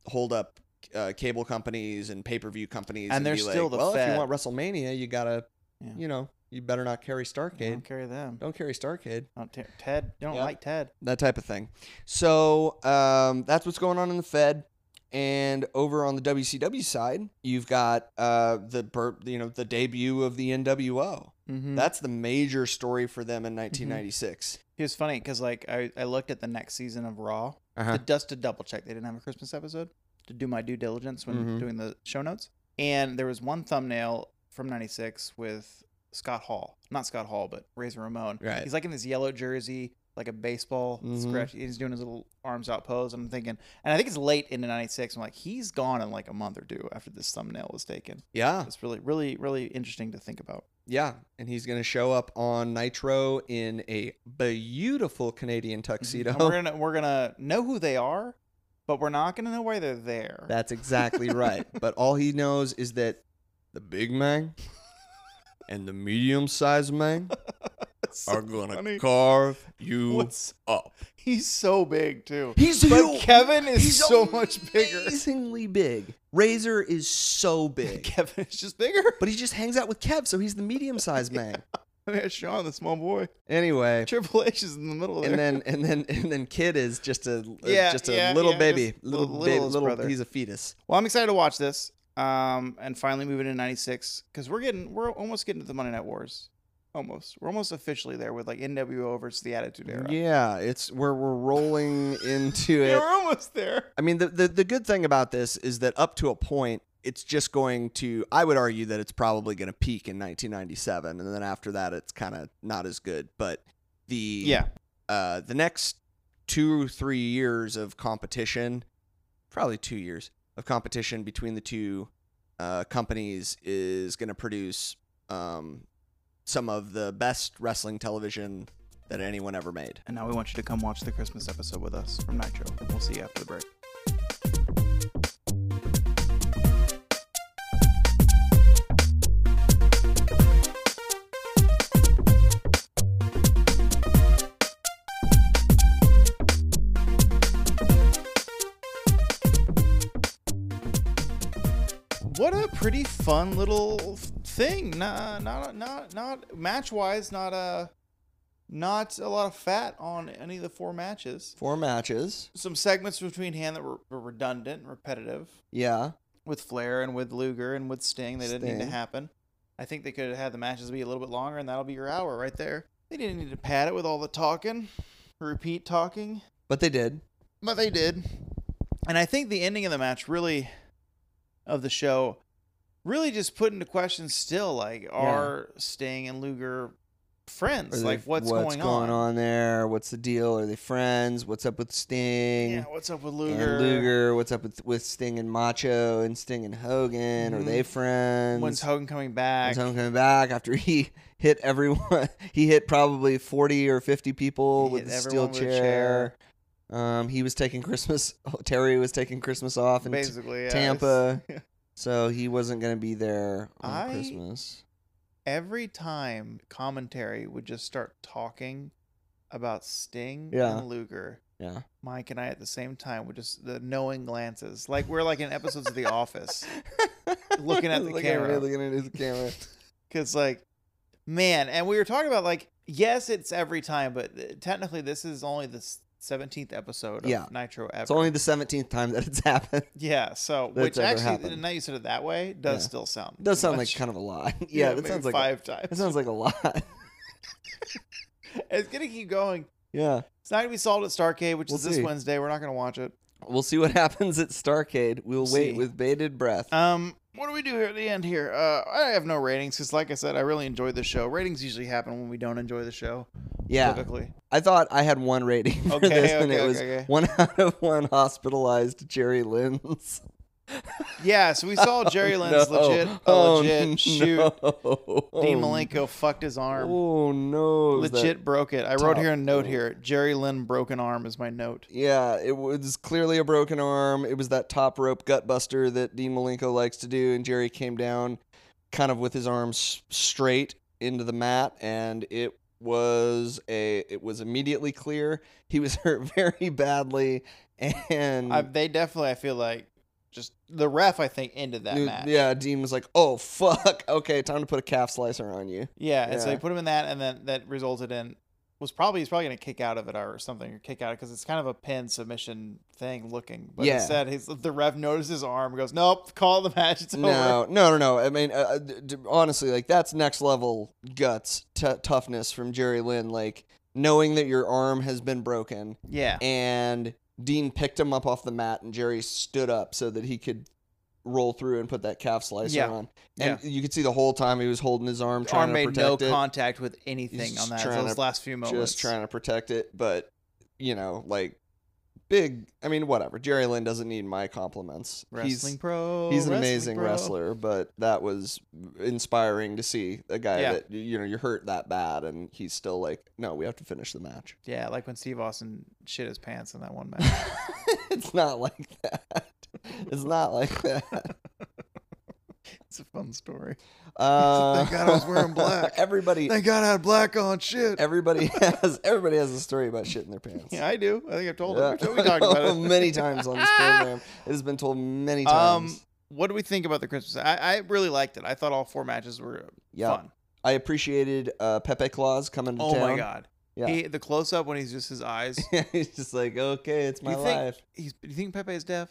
Speaker 1: hold up uh, cable companies and pay per view companies,
Speaker 2: And they're
Speaker 1: be like,
Speaker 2: still the
Speaker 1: well. If
Speaker 2: Fed."
Speaker 1: you want WrestleMania, you gotta
Speaker 2: Yeah.
Speaker 1: you know you better not carry
Speaker 2: Yeah,
Speaker 1: Starcade.
Speaker 2: Don't carry them.
Speaker 1: Don't carry Starcade.
Speaker 2: Don't t- Ted, don't
Speaker 1: Yeah.
Speaker 2: like Ted.
Speaker 1: That type of thing. So um, that's what's going on in the Fed. And over on the WCW side, you've got uh, the bur- you know the debut of the NWO.
Speaker 2: Mhm.
Speaker 1: That's the major story for them in 1996.
Speaker 2: It was funny because like I, I looked at the next season of Raw
Speaker 1: Uh-huh.
Speaker 2: to, just to double check they didn't have a Christmas episode to do my due diligence when
Speaker 1: Mhm.
Speaker 2: doing the show notes. And there was one thumbnail from '96 with Scott Hall, not Scott Hall, but Razor Ramon.
Speaker 1: Right.
Speaker 2: He's like in this yellow jersey, like a baseball
Speaker 1: Mhm.
Speaker 2: scratch. He's doing his little arms out pose. I'm thinking, and I think it's late into '96. I'm like, he's gone in like a month or two after this thumbnail was taken.
Speaker 1: Yeah,
Speaker 2: It's really, really, really interesting to think about.
Speaker 1: yeah, and he's gonna show up on Nitro in a beautiful Canadian tuxedo.
Speaker 2: And we're gonna we're gonna know who they are, but we're not gonna know why they're there.
Speaker 1: That's exactly right. But all he knows is that the big man and the medium sized man
Speaker 2: That's so
Speaker 1: are gonna
Speaker 2: funny.
Speaker 1: carve you
Speaker 2: What's-
Speaker 1: up.
Speaker 2: He's so big too.
Speaker 1: He's
Speaker 2: but
Speaker 1: huge.
Speaker 2: Kevin is
Speaker 1: He's
Speaker 2: so much bigger.
Speaker 1: Amazingly big. Razor is so big.
Speaker 2: Kevin is just bigger.
Speaker 1: But he just hangs out with Kev, so he's the medium sized man.
Speaker 2: I mean, Sean, the small boy.
Speaker 1: Anyway.
Speaker 2: Triple H is in the middle there.
Speaker 1: And then and then and then Kid is just a
Speaker 2: Yeah,
Speaker 1: just a
Speaker 2: yeah,
Speaker 1: little
Speaker 2: yeah,
Speaker 1: baby.
Speaker 2: just
Speaker 1: Little
Speaker 2: the
Speaker 1: baby
Speaker 2: littlest
Speaker 1: little
Speaker 2: brother.
Speaker 1: he's a fetus.
Speaker 2: well, I'm excited to watch this. Um, and finally moving to '96 because we're getting we're almost getting to the Monday Night Wars. Almost, we're almost officially there with like NWO versus the Attitude Era.
Speaker 1: Yeah, it's where we're rolling into
Speaker 2: Yeah,
Speaker 1: it.
Speaker 2: we're almost there.
Speaker 1: I mean, the, the the good thing about this is that up to a point, it's just going to. I would argue that it's probably going to peak in 1997, and then after that, it's kind of not as good. But the
Speaker 2: Yeah,
Speaker 1: uh, the next two or three years of competition, probably two years of competition between the two uh, companies is going to produce um, some of the best wrestling television that anyone ever made.
Speaker 2: And now we want you to come watch the Christmas episode with us from Nitro. We'll see you after the break. What a pretty fun little thing. Nah, not not not match wise, not a Not a lot of fat on any of the four matches.
Speaker 1: Four matches.
Speaker 2: Some segments between hand that were, were redundant and repetitive
Speaker 1: Yeah.
Speaker 2: with Flair and with Luger and with Sting. They didn't need
Speaker 1: Sting.
Speaker 2: to happen. I think they could have had the matches be a little bit longer, and that'll be your hour right there. They didn't need to pad it with all the talking, repeat talking,
Speaker 1: But they did.
Speaker 2: but they did. And I think the ending of the match really, of the show, really just put into question still like are Sting and Luger
Speaker 1: Are
Speaker 2: friends?
Speaker 1: they-
Speaker 2: Like what's, going, on?
Speaker 1: there? What's the deal? Are they friends? What's up with Sting?
Speaker 2: Yeah, what's up with Luger?
Speaker 1: And Luger, what's up with, with Sting and Macho and Sting and Hogan? Are
Speaker 2: Mhm.
Speaker 1: they friends?
Speaker 2: When's Hogan coming back?
Speaker 1: When's Hogan coming back after he hit everyone? he hit probably forty or fifty people
Speaker 2: He
Speaker 1: with
Speaker 2: hit
Speaker 1: the steel
Speaker 2: everyone with a
Speaker 1: chair. Um, he was taking Christmas. Terry was taking Christmas off, and
Speaker 2: Basically, yeah, it's-
Speaker 1: Tampa. so he wasn't going to be there on
Speaker 2: I-
Speaker 1: Christmas.
Speaker 2: every time commentary would just start talking about Sting
Speaker 1: Yeah.
Speaker 2: and Luger,
Speaker 1: Yeah.
Speaker 2: Mike and I at the same time would just the knowing glances. Like we're like in episodes of The Office. Looking at the
Speaker 1: Looking
Speaker 2: camera.
Speaker 1: me, looking at his camera.
Speaker 2: Cause like, man, and we were talking about like, yes, it's every time, but uh, technically this is only the seventeenth episode of
Speaker 1: Yeah.
Speaker 2: Nitro ever.
Speaker 1: It's only the seventeenth time that it's happened.
Speaker 2: yeah, so
Speaker 1: That's
Speaker 2: which
Speaker 1: ever
Speaker 2: actually
Speaker 1: happened.
Speaker 2: now you said it that way does
Speaker 1: Yeah.
Speaker 2: still sound
Speaker 1: It does sound like
Speaker 2: much.
Speaker 1: kind of a lot. Yeah, that
Speaker 2: maybe
Speaker 1: sounds like a-
Speaker 2: five times.
Speaker 1: that sounds like a lot.
Speaker 2: it's gonna keep going.
Speaker 1: yeah.
Speaker 2: It's not gonna be solved at Starcade, which
Speaker 1: We'll
Speaker 2: is this
Speaker 1: see.
Speaker 2: Wednesday. We're not gonna watch it.
Speaker 1: We'll see what happens at Starcade. We'll,
Speaker 2: We'll see.
Speaker 1: wait with bated breath.
Speaker 2: Um, what do we do here at the end here? Uh, I have no ratings because, like I said, I really enjoyed the show. Ratings usually happen when we don't enjoy the show.
Speaker 1: yeah.
Speaker 2: Typically.
Speaker 1: I thought I had one rating for
Speaker 2: Okay,
Speaker 1: this and
Speaker 2: okay,
Speaker 1: it was
Speaker 2: okay, okay.
Speaker 1: one out of one hospitalized Jerry Lynn's.
Speaker 2: Yeah, so we saw Jerry Lynn's
Speaker 1: Oh, No.
Speaker 2: legit, a
Speaker 1: Oh,
Speaker 2: legit shoot.
Speaker 1: no.
Speaker 2: Dean Malenko fucked his arm.
Speaker 1: Oh no. it was that-
Speaker 2: legit broke it. I wrote
Speaker 1: top
Speaker 2: here a note
Speaker 1: rope.
Speaker 2: here. Jerry Lynn broken arm is my note.
Speaker 1: Yeah, it was clearly a broken arm. It was that top rope gut buster that Dean Malenko likes to do, and Jerry came down kind of with his arms straight into the mat, and it was a it was immediately clear he was hurt very badly, and
Speaker 2: I, they definitely, I feel like, just the ref, I think, ended that
Speaker 1: knew-
Speaker 2: match.
Speaker 1: yeah, Dean was like, "Oh fuck, okay, time to put a calf slicer on you."
Speaker 2: Yeah, and so
Speaker 1: Yeah.
Speaker 2: they put him in that, and then that resulted in was probably he's probably gonna kick out of it or something or kick out because it's kind of a pin submission thing looking. But
Speaker 1: Yeah.
Speaker 2: instead, he's, the ref notices his arm, goes, "Nope, call the match. It's over."
Speaker 1: No, no, no, no. I mean, uh, uh, d- d- honestly, like that's next level guts, t- toughness from Jerry Lynn. Like knowing that your arm has been broken,
Speaker 2: Yeah,
Speaker 1: and Dean picked him up off the mat, and Jerry stood up so that he could roll through and put that calf slicer
Speaker 2: Yeah.
Speaker 1: on. And you could see the whole time he was holding his arm,
Speaker 2: The
Speaker 1: trying
Speaker 2: arm
Speaker 1: to
Speaker 2: made no
Speaker 1: protect it,
Speaker 2: contact with anything
Speaker 1: He's
Speaker 2: on that
Speaker 1: trying
Speaker 2: those
Speaker 1: to-
Speaker 2: last few moments.
Speaker 1: just trying to protect it. But you know, like big. I mean, whatever. Jerry Lynn doesn't need my compliments. He's-
Speaker 2: wrestling pro.
Speaker 1: he's an
Speaker 2: wrestling
Speaker 1: amazing
Speaker 2: pro.
Speaker 1: wrestler, but that was inspiring to see a guy
Speaker 2: Yeah.
Speaker 1: that y- you know you're hurt that bad, and he's still like, no, we have to finish the match.
Speaker 2: Yeah, like when Steve Austin shit his pants in that one match.
Speaker 1: it's not like that. It's not like that.
Speaker 2: it's a fun story.
Speaker 1: Uh,
Speaker 2: Thank God I was wearing black.
Speaker 1: Everybody,
Speaker 2: Thank God I had black on. Shit.
Speaker 1: everybody has everybody has a story about shit in their pants.
Speaker 2: Yeah, I do. I think I've told
Speaker 1: Yeah. Oh,
Speaker 2: him. We talked about it
Speaker 1: many times on this program. It has been told many times.
Speaker 2: Um, what do we think about the Christmas? I, I really liked it. I thought all four matches were
Speaker 1: yeah,
Speaker 2: fun.
Speaker 1: I appreciated uh, Pepe Claus coming to
Speaker 2: Oh
Speaker 1: town.
Speaker 2: my god!
Speaker 1: Yeah.
Speaker 2: He, the close up when he's just his eyes. Do
Speaker 1: he's just like, okay, it's my
Speaker 2: you think
Speaker 1: life.
Speaker 2: he's? Do you think Pepe is deaf?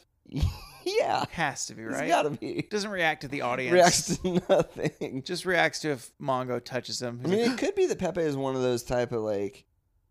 Speaker 1: yeah,
Speaker 2: Has to be
Speaker 1: It's
Speaker 2: right.
Speaker 1: gotta be.
Speaker 2: Doesn't react to the audience.
Speaker 1: Reacts to nothing.
Speaker 2: Just reacts to if Mongo touches him.
Speaker 1: I
Speaker 2: He's
Speaker 1: mean,
Speaker 2: like,
Speaker 1: it could be that Pepe is one of those type of like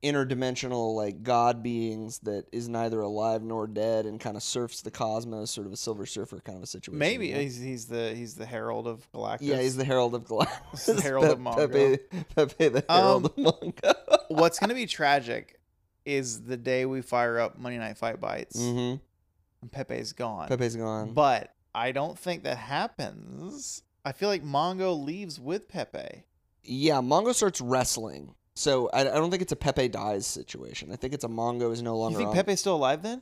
Speaker 1: interdimensional like god beings that is neither alive nor dead and kind of surfs the cosmos, sort of a Silver Surfer kind of a situation.
Speaker 2: maybe
Speaker 1: you know?
Speaker 2: he's, he's the he's the herald of Galactus.
Speaker 1: yeah, he's the Herald of
Speaker 2: He's
Speaker 1: Galactus.
Speaker 2: the Herald of Mongo. Um,
Speaker 1: Pepe, Pepe, the Herald of Mongo.
Speaker 2: What's gonna be tragic is the day we fire up Monday Night Fight Bites
Speaker 1: hmm
Speaker 2: and Mm-hmm. Pepe's gone.
Speaker 1: Pepe's gone.
Speaker 2: But I don't think that happens. I feel like Mongo leaves with Pepe.
Speaker 1: yeah, Mongo starts wrestling. So I, I don't think it's a Pepe dies situation. I think it's a Mongo is no
Speaker 2: You
Speaker 1: longer
Speaker 2: think
Speaker 1: on.
Speaker 2: Pepe's still alive then?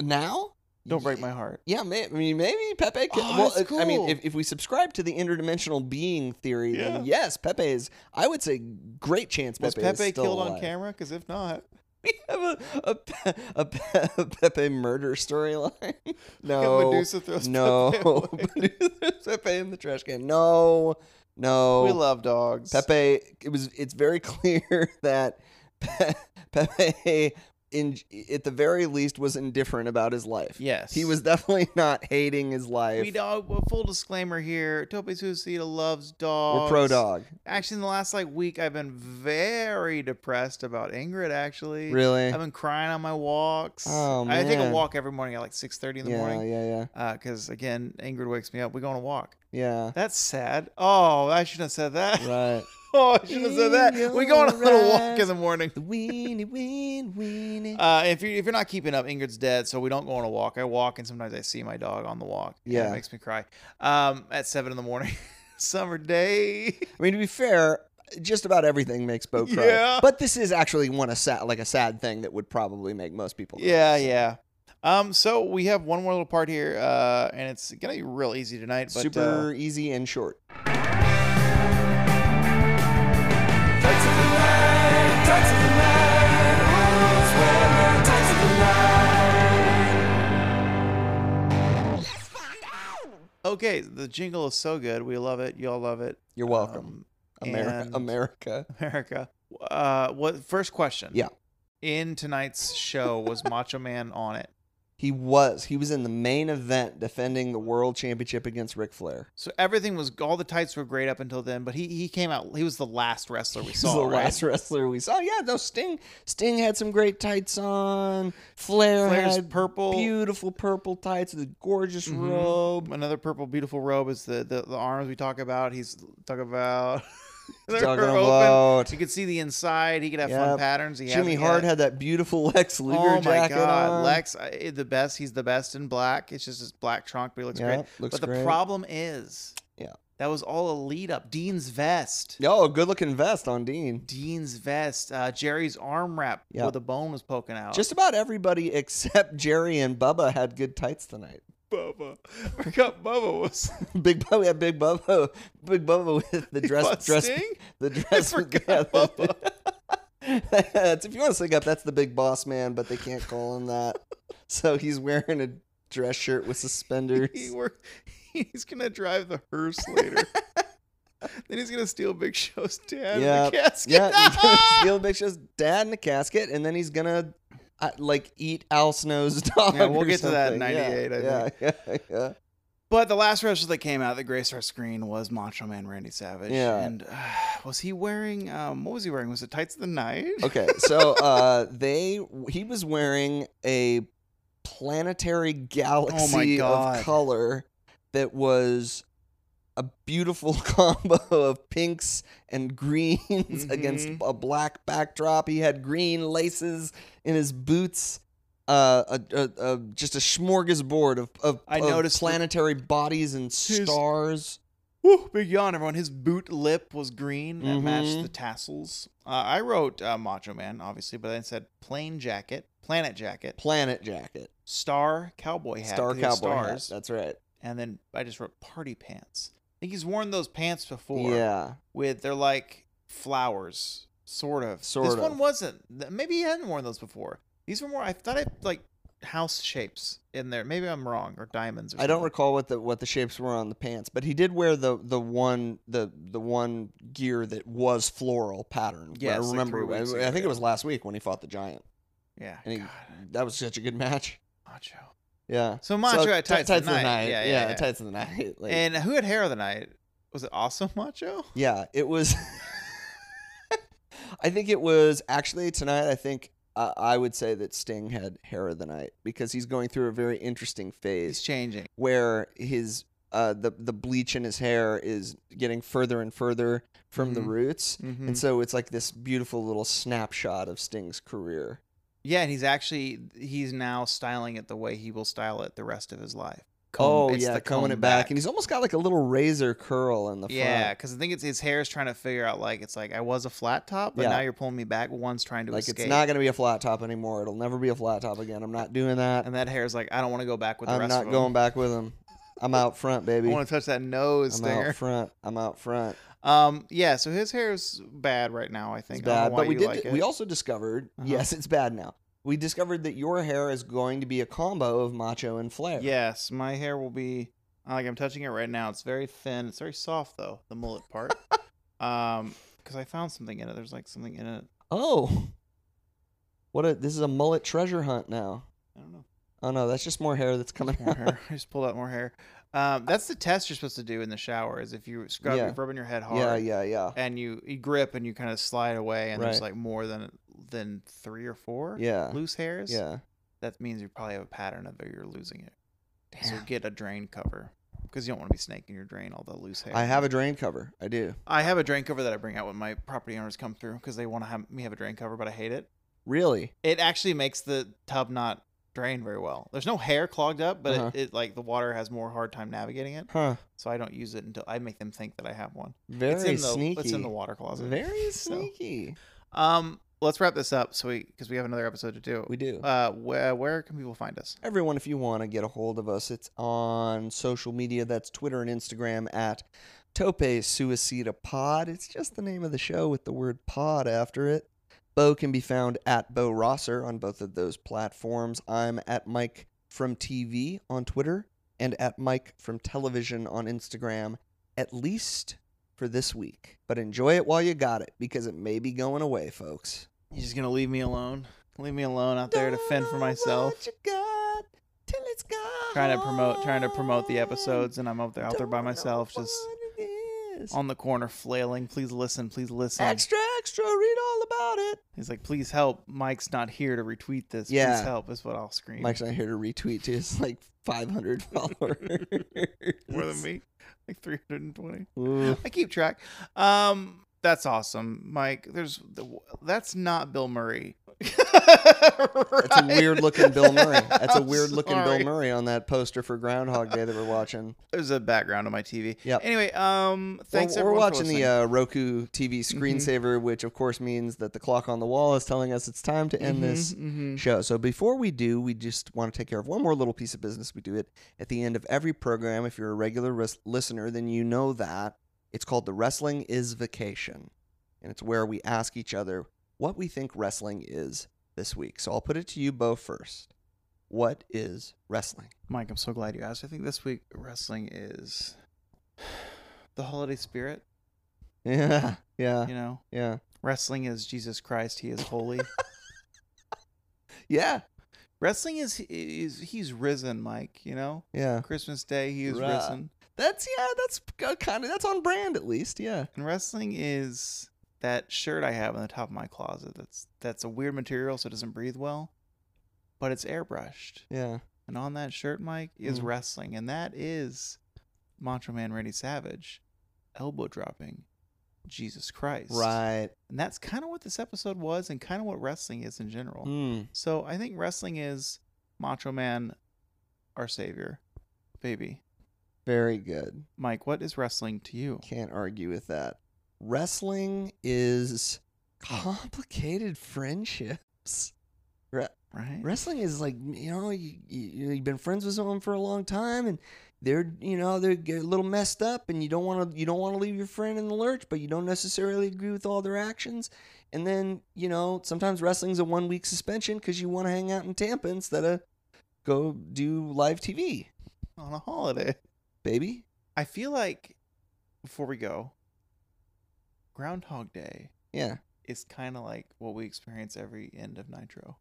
Speaker 1: now.
Speaker 2: Don't break my heart.
Speaker 1: Yeah, may, I mean, maybe Pepe. Could,
Speaker 2: Oh,
Speaker 1: well,
Speaker 2: that's
Speaker 1: I- I mean,
Speaker 2: cool.
Speaker 1: if, if we subscribe to the interdimensional being theory, then yes, Pepe is. I would say great chance Pepe
Speaker 2: Was Pepe,
Speaker 1: is still
Speaker 2: killed on
Speaker 1: alive.
Speaker 2: camera? Because if not,
Speaker 1: We have a a, Pe- a, Pe- a Pepe murder storyline.
Speaker 2: if
Speaker 1: No,
Speaker 2: Medusa throws
Speaker 1: no,
Speaker 2: Pepe away.
Speaker 1: Medusa throws Pepe in the trash can. No, No.
Speaker 2: We love dogs.
Speaker 1: Pepe, it was. It's very clear that Pe- Pepe, in at the very least, was indifferent about his life.
Speaker 2: Yes.
Speaker 1: he was definitely not hating his life.
Speaker 2: We dog. Well, full disclaimer here: Tope Suicida loves dogs.
Speaker 1: We're pro dog,
Speaker 2: Actually, in the last like week, I've been very depressed about Ingrid. Actually,
Speaker 1: really.
Speaker 2: I've been crying on my walks.
Speaker 1: Oh,
Speaker 2: I take a
Speaker 1: man.
Speaker 2: walk every morning at like six thirty in the
Speaker 1: yeah,
Speaker 2: morning.
Speaker 1: yeah, yeah,
Speaker 2: Because Uh, again, Ingrid wakes me up. We go on a walk.
Speaker 1: yeah.
Speaker 2: That's sad. Oh, I shouldn't have said that.
Speaker 1: Right.
Speaker 2: Oh, I shouldn't have said that. We go on a little walk in the morning.
Speaker 1: The weenie, ween, weenie.
Speaker 2: Uh, if you if you're not keeping up, Ingrid's dead, so we don't go on a walk. I walk, and sometimes I see my dog on the walk. and
Speaker 1: Yeah.
Speaker 2: it makes me cry. Um, at seven in the morning, summer day.
Speaker 1: I mean, to be fair, just about everything makes Bo cry.
Speaker 2: Yeah.
Speaker 1: But this is actually one a sad, like a sad thing that would probably make most people. cry.
Speaker 2: yeah, yeah. Um, so we have one more little part here, uh, and it's gonna be real easy tonight. But
Speaker 1: Super uh, easy and short.
Speaker 3: Tights of the night, tights of the night, oh, sweater, tights of the night.
Speaker 2: uh, okay, the jingle is so good. We love it. Y'all love it.
Speaker 1: You're welcome,
Speaker 2: Um,
Speaker 1: America.
Speaker 2: and-
Speaker 1: America.
Speaker 2: America. Uh, what first question?
Speaker 1: Yeah.
Speaker 2: In tonight's show, was Macho Man on it?
Speaker 1: He was. He was in the main event defending the world championship against Ric Flair.
Speaker 2: So everything was all the tights were great up until then, but he he came out. He was the last wrestler we
Speaker 1: He's
Speaker 2: saw.
Speaker 1: the
Speaker 2: right?
Speaker 1: last wrestler we saw. Yeah, no Sting. Sting had some great tights on. Flair
Speaker 2: Flair's
Speaker 1: had
Speaker 2: purple.
Speaker 1: beautiful purple tights, the gorgeous
Speaker 2: Mhm.
Speaker 1: robe.
Speaker 2: Another purple, beautiful robe is the, the, the arms we talk about. He's talking about. They're
Speaker 1: Talking
Speaker 2: open.
Speaker 1: about
Speaker 2: You could see the inside. He could have fun
Speaker 1: Yep.
Speaker 2: patterns. He
Speaker 1: Jimmy
Speaker 2: hasn't
Speaker 1: Hart
Speaker 2: yet.
Speaker 1: had that beautiful Lex Luger
Speaker 2: Oh my
Speaker 1: jacket
Speaker 2: god,
Speaker 1: on.
Speaker 2: Lex, I, the best. He's the best in black. It's just his black trunk, but he looks
Speaker 1: Yeah,
Speaker 2: great.
Speaker 1: looks
Speaker 2: but the
Speaker 1: great.
Speaker 2: problem is,
Speaker 1: Yeah.
Speaker 2: that was all a lead up. Dean's vest.
Speaker 1: Oh, good looking vest on Dean.
Speaker 2: Dean's vest. Uh, Jerry's arm wrap
Speaker 1: Yeah.
Speaker 2: where the bone was poking out.
Speaker 1: Just about everybody except Jerry and Bubba had good tights tonight.
Speaker 2: Bubba. I forgot Bubba was
Speaker 1: Big Bubba, yeah, Big Bubba, Big Bubba with the
Speaker 2: fought
Speaker 1: dress, dress,
Speaker 2: Sting?
Speaker 1: the dress.
Speaker 2: forgot
Speaker 1: the- that's, if you want to sing up, that's the Big Boss Man, but they can't call him that. So he's wearing a dress shirt with
Speaker 2: He
Speaker 1: suspenders.
Speaker 2: wor- he's gonna drive the hearse later. then he's gonna steal Big Show's dad yeah.
Speaker 1: Yeah.
Speaker 2: the casket.
Speaker 1: yeah, he's gonna steal Big Show's dad in a casket, and then he's gonna uh, like eat Al Snow's dog.
Speaker 2: Yeah, we'll
Speaker 1: or
Speaker 2: get to that in
Speaker 1: something. Yeah,
Speaker 2: 98, I
Speaker 1: yeah, yeah, yeah.
Speaker 2: But the last wrestler that came out that graced our screen was Macho Man Randy Savage.
Speaker 1: Yeah.
Speaker 2: And uh, was he wearing? Um, what was he wearing? Was it tights of the night?
Speaker 1: Okay, so uh, they he was wearing a planetary galaxy
Speaker 2: Oh God.
Speaker 1: of color that was a beautiful combo of pinks and greens against
Speaker 2: Mhm.
Speaker 1: a black backdrop. He had green laces in his boots. Uh, a, a, a, just a smorgasbord of, of,
Speaker 2: I
Speaker 1: of
Speaker 2: noticed the-
Speaker 1: planetary bodies and stars.
Speaker 2: Woo, big yawn, everyone. His boot lip was green that matched
Speaker 1: Mhm.
Speaker 2: the tassels. Uh, I wrote uh, Macho Man, obviously, but then it said plain jacket, planet jacket,
Speaker 1: Planet jacket,
Speaker 2: star cowboy hat,
Speaker 1: star
Speaker 2: 'cause he has
Speaker 1: cowboy hat,
Speaker 2: stars,
Speaker 1: That's right.
Speaker 2: and then I just wrote party pants. I think he's worn those pants before.
Speaker 1: Yeah,
Speaker 2: with they're like flowers, sort of. this
Speaker 1: Sort
Speaker 2: one
Speaker 1: of.
Speaker 2: wasn't. Th- Maybe he hadn't worn those before. These were more. I thought I like house shapes in there. Maybe I'm wrong, or diamonds. Or
Speaker 1: I don't
Speaker 2: something.
Speaker 1: recall what the what the shapes were on the pants, but he did wear the the one the the one gear that was floral pattern.
Speaker 2: Yeah,
Speaker 1: I
Speaker 2: it's like
Speaker 1: remember.
Speaker 2: three
Speaker 1: I,
Speaker 2: weeks
Speaker 1: I
Speaker 2: ago,
Speaker 1: think
Speaker 2: yeah.
Speaker 1: it was last week when he fought the giant,
Speaker 2: Yeah.
Speaker 1: and he,
Speaker 2: God,
Speaker 1: that was such a good match.
Speaker 2: macho.
Speaker 1: Yeah,
Speaker 2: So macho
Speaker 1: So,
Speaker 2: at
Speaker 1: ti-
Speaker 2: tights, of the night. Yeah, yeah. yeah.
Speaker 1: tights of the night. like-
Speaker 2: And who had hair of the night? Was it also macho?
Speaker 1: yeah, it was. I think it was actually tonight. I think uh, I would say that Sting had hair of the night because he's going through a very interesting phase.
Speaker 2: He's changing.
Speaker 1: where his uh, the the bleach in his hair is getting further and further from the
Speaker 2: Mhm.
Speaker 1: roots,
Speaker 2: Mhm.
Speaker 1: and so it's like this beautiful little snapshot of Sting's career.
Speaker 2: Yeah, and he's actually he's now styling it the way he will style it the rest of his life.
Speaker 1: oh
Speaker 2: it's
Speaker 1: yeah,
Speaker 2: the
Speaker 1: combing
Speaker 2: comb
Speaker 1: it back. and he's almost got like a little razor curl in the
Speaker 2: Yeah,
Speaker 1: front.
Speaker 2: because I think it's his hair is trying to figure out like it's like I was a flat top, but
Speaker 1: Yeah.
Speaker 2: now you're pulling me back. One's trying to
Speaker 1: Like
Speaker 2: escape,
Speaker 1: it's not gonna be a flat top anymore. It'll never be a flat top again. I'm not doing that.
Speaker 2: and that hair is like I don't want to go back with the
Speaker 1: I'm
Speaker 2: rest
Speaker 1: not
Speaker 2: of
Speaker 1: going
Speaker 2: them.
Speaker 1: back with him. I'm out front,
Speaker 2: I
Speaker 1: baby.
Speaker 2: want to touch that nose
Speaker 1: I'm
Speaker 2: there.
Speaker 1: out front. I'm out front.
Speaker 2: Um, yeah. So his hair is bad right now. I think
Speaker 1: It's
Speaker 2: I don't know
Speaker 1: bad,
Speaker 2: why
Speaker 1: but we
Speaker 2: you
Speaker 1: did.
Speaker 2: Like it.
Speaker 1: we also discovered.
Speaker 2: Uh-huh.
Speaker 1: Yes, it's bad now. We discovered that your hair is going to be a combo of macho and flair.
Speaker 2: Yes, my hair will be uh, Like I'm touching it right now. It's very thin. It's very soft though, the mullet part. um, because I found something in it. There's like something in it.
Speaker 1: Oh, what a this is a mullet treasure hunt now.
Speaker 2: I don't know.
Speaker 1: Oh no, that's just more hair that's coming
Speaker 2: More
Speaker 1: out.
Speaker 2: hair. I just pulled out more hair. Um, that's the test you're supposed to do in the shower. Is if you scrub,
Speaker 1: Yeah.
Speaker 2: you're rubbing your head hard.
Speaker 1: Yeah, yeah, yeah,
Speaker 2: and you, you grip and you kind of slide away and there's
Speaker 1: Right.
Speaker 2: like more than than three or four
Speaker 1: Yeah.
Speaker 2: loose hairs
Speaker 1: yeah.
Speaker 2: that means you probably have a pattern of it you're losing it so
Speaker 1: Damn.
Speaker 2: get a drain cover because you don't want to be snaking your drain all the loose hair
Speaker 1: I have a drain cover. I do.
Speaker 2: I have a drain cover that I bring out when my property owners come through because they want to have me have a drain cover, but I hate it.
Speaker 1: Really?
Speaker 2: It actually makes the tub not drain very well. There's no hair clogged up, but
Speaker 1: Uh-huh.
Speaker 2: it, it like the water has more hard time navigating it.
Speaker 1: Huh.
Speaker 2: So I don't use it until I make them think that I have one.
Speaker 1: Very
Speaker 2: it's in the
Speaker 1: sneaky.
Speaker 2: it's in the water closet.
Speaker 1: Very
Speaker 2: So-
Speaker 1: sneaky.
Speaker 2: Um, let's wrap this up so we because we have another episode to do.
Speaker 1: We do.
Speaker 2: Uh, where, where can people find us?
Speaker 1: Everyone, if you want to get a hold of us, it's on social media. That's Twitter and Instagram at Tope Suicida Pod. It's just the name of the show with the word pod after it. Bo can be found at Bo Rosser on both of those platforms. I'm at Mike from TV on Twitter and at Mike from Television on Instagram, at least for this week. But enjoy it while you got it because it may be going away, folks.
Speaker 2: You're just gonna leave me alone. Leave me alone out there to fend for myself.
Speaker 1: What you got till it's gone.
Speaker 2: Trying to promote, trying to promote the episodes, and I'm out there out there by
Speaker 1: Don't know
Speaker 2: myself,
Speaker 1: what
Speaker 2: just
Speaker 1: it is.
Speaker 2: on the corner flailing. Please listen. Please listen.
Speaker 1: extra, extra. Read all about it.
Speaker 2: He's like, please help. Mike's not here to retweet this.
Speaker 1: Yeah.
Speaker 2: Please help is what I'll scream.
Speaker 1: Mike's not here to retweet to his like 500 followers.
Speaker 2: more than me, like 320.
Speaker 1: Ooh.
Speaker 2: I keep track. Um, that's awesome, Mike. There's the, that's not Bill Murray.
Speaker 1: That's a weird looking Bill Murray. That's a
Speaker 2: I'm
Speaker 1: weird looking Bill
Speaker 2: sorry.
Speaker 1: Murray on that poster for Groundhog Day that we're watching.
Speaker 2: There's a background on my TV.
Speaker 1: Yep.
Speaker 2: Anyway, um, thanks.
Speaker 1: we're, we're
Speaker 2: everyone for
Speaker 1: watching the
Speaker 2: listening.
Speaker 1: uh, Roku TV
Speaker 2: Mm-hmm.
Speaker 1: screensaver, which of course means that the clock on the wall is telling us it's time to end
Speaker 2: Mhm,
Speaker 1: this
Speaker 2: mhm.
Speaker 1: show. So before we do, we just want to take care of one more little piece of business. We do it at the end of every program. If you're a regular ris- listener, then you know that it's called the Wrestling is Vacation, and it's where we ask each other what we think wrestling is this week. So I'll put it to you, Bo, first. What is wrestling?
Speaker 2: Mike. I'm so glad you asked. I think this week wrestling is the holiday spirit.
Speaker 1: Yeah, yeah,
Speaker 2: You know,
Speaker 1: yeah,
Speaker 2: wrestling is Jesus Christ. He is holy.
Speaker 1: yeah,
Speaker 2: wrestling is is he's risen, Mike. You know,
Speaker 1: yeah.
Speaker 2: Christmas Day he is
Speaker 1: Right.
Speaker 2: risen.
Speaker 1: That's yeah. That's kind of that's on brand at least. Yeah.
Speaker 2: And wrestling is that shirt I have on the top of my closet. That's that's a weird material, so it doesn't breathe well, but it's airbrushed.
Speaker 1: Yeah.
Speaker 2: And on that shirt, Mike is
Speaker 1: Mm.
Speaker 2: wrestling, and that is Macho Man Randy Savage, elbow dropping, Jesus Christ.
Speaker 1: Right.
Speaker 2: And that's kind of what this episode was, and kind of what wrestling is in general.
Speaker 1: Mm.
Speaker 2: So I think wrestling is Macho Man, our savior, baby.
Speaker 1: Very good.
Speaker 2: Mike, what is wrestling to you?
Speaker 1: Can't argue with that. Wrestling is complicated friendships. Re-
Speaker 2: Right.
Speaker 1: wrestling is like you know you, you you've been friends with someone for a long time and they're you know they're get a little messed up and you don't want to you don't want to leave your friend in the lurch but you don't necessarily agree with all their actions and then you know sometimes wrestling's a one week suspension because you want to hang out in Tampa instead of go do live TV
Speaker 2: on a holiday.
Speaker 1: baby
Speaker 2: I feel like before we go, Groundhog Day
Speaker 1: yeah
Speaker 2: is kind of like what we experience every end of Nitro.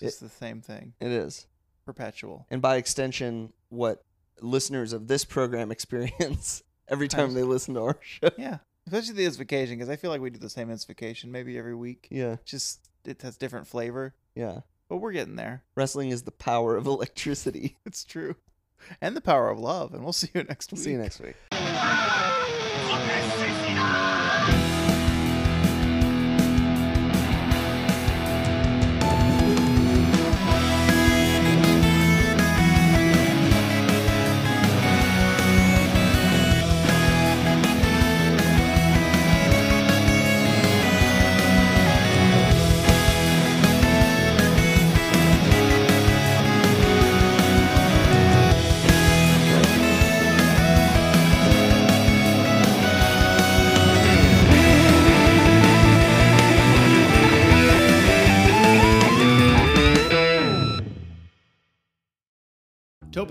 Speaker 2: It's the same thing,
Speaker 1: it is
Speaker 2: perpetual.
Speaker 1: and by extension, what listeners of this program experience every time
Speaker 2: Times-
Speaker 1: they listen to our show.
Speaker 2: Yeah, especially the vacation because I feel like we do the same vacation maybe every week.
Speaker 1: Yeah,
Speaker 2: Just it has different flavor,
Speaker 1: yeah.
Speaker 2: but we're getting there.
Speaker 1: Wrestling is the power of electricity.
Speaker 2: It's true, and the power of love. And we'll see you next week.
Speaker 1: See you next week.
Speaker 2: Tope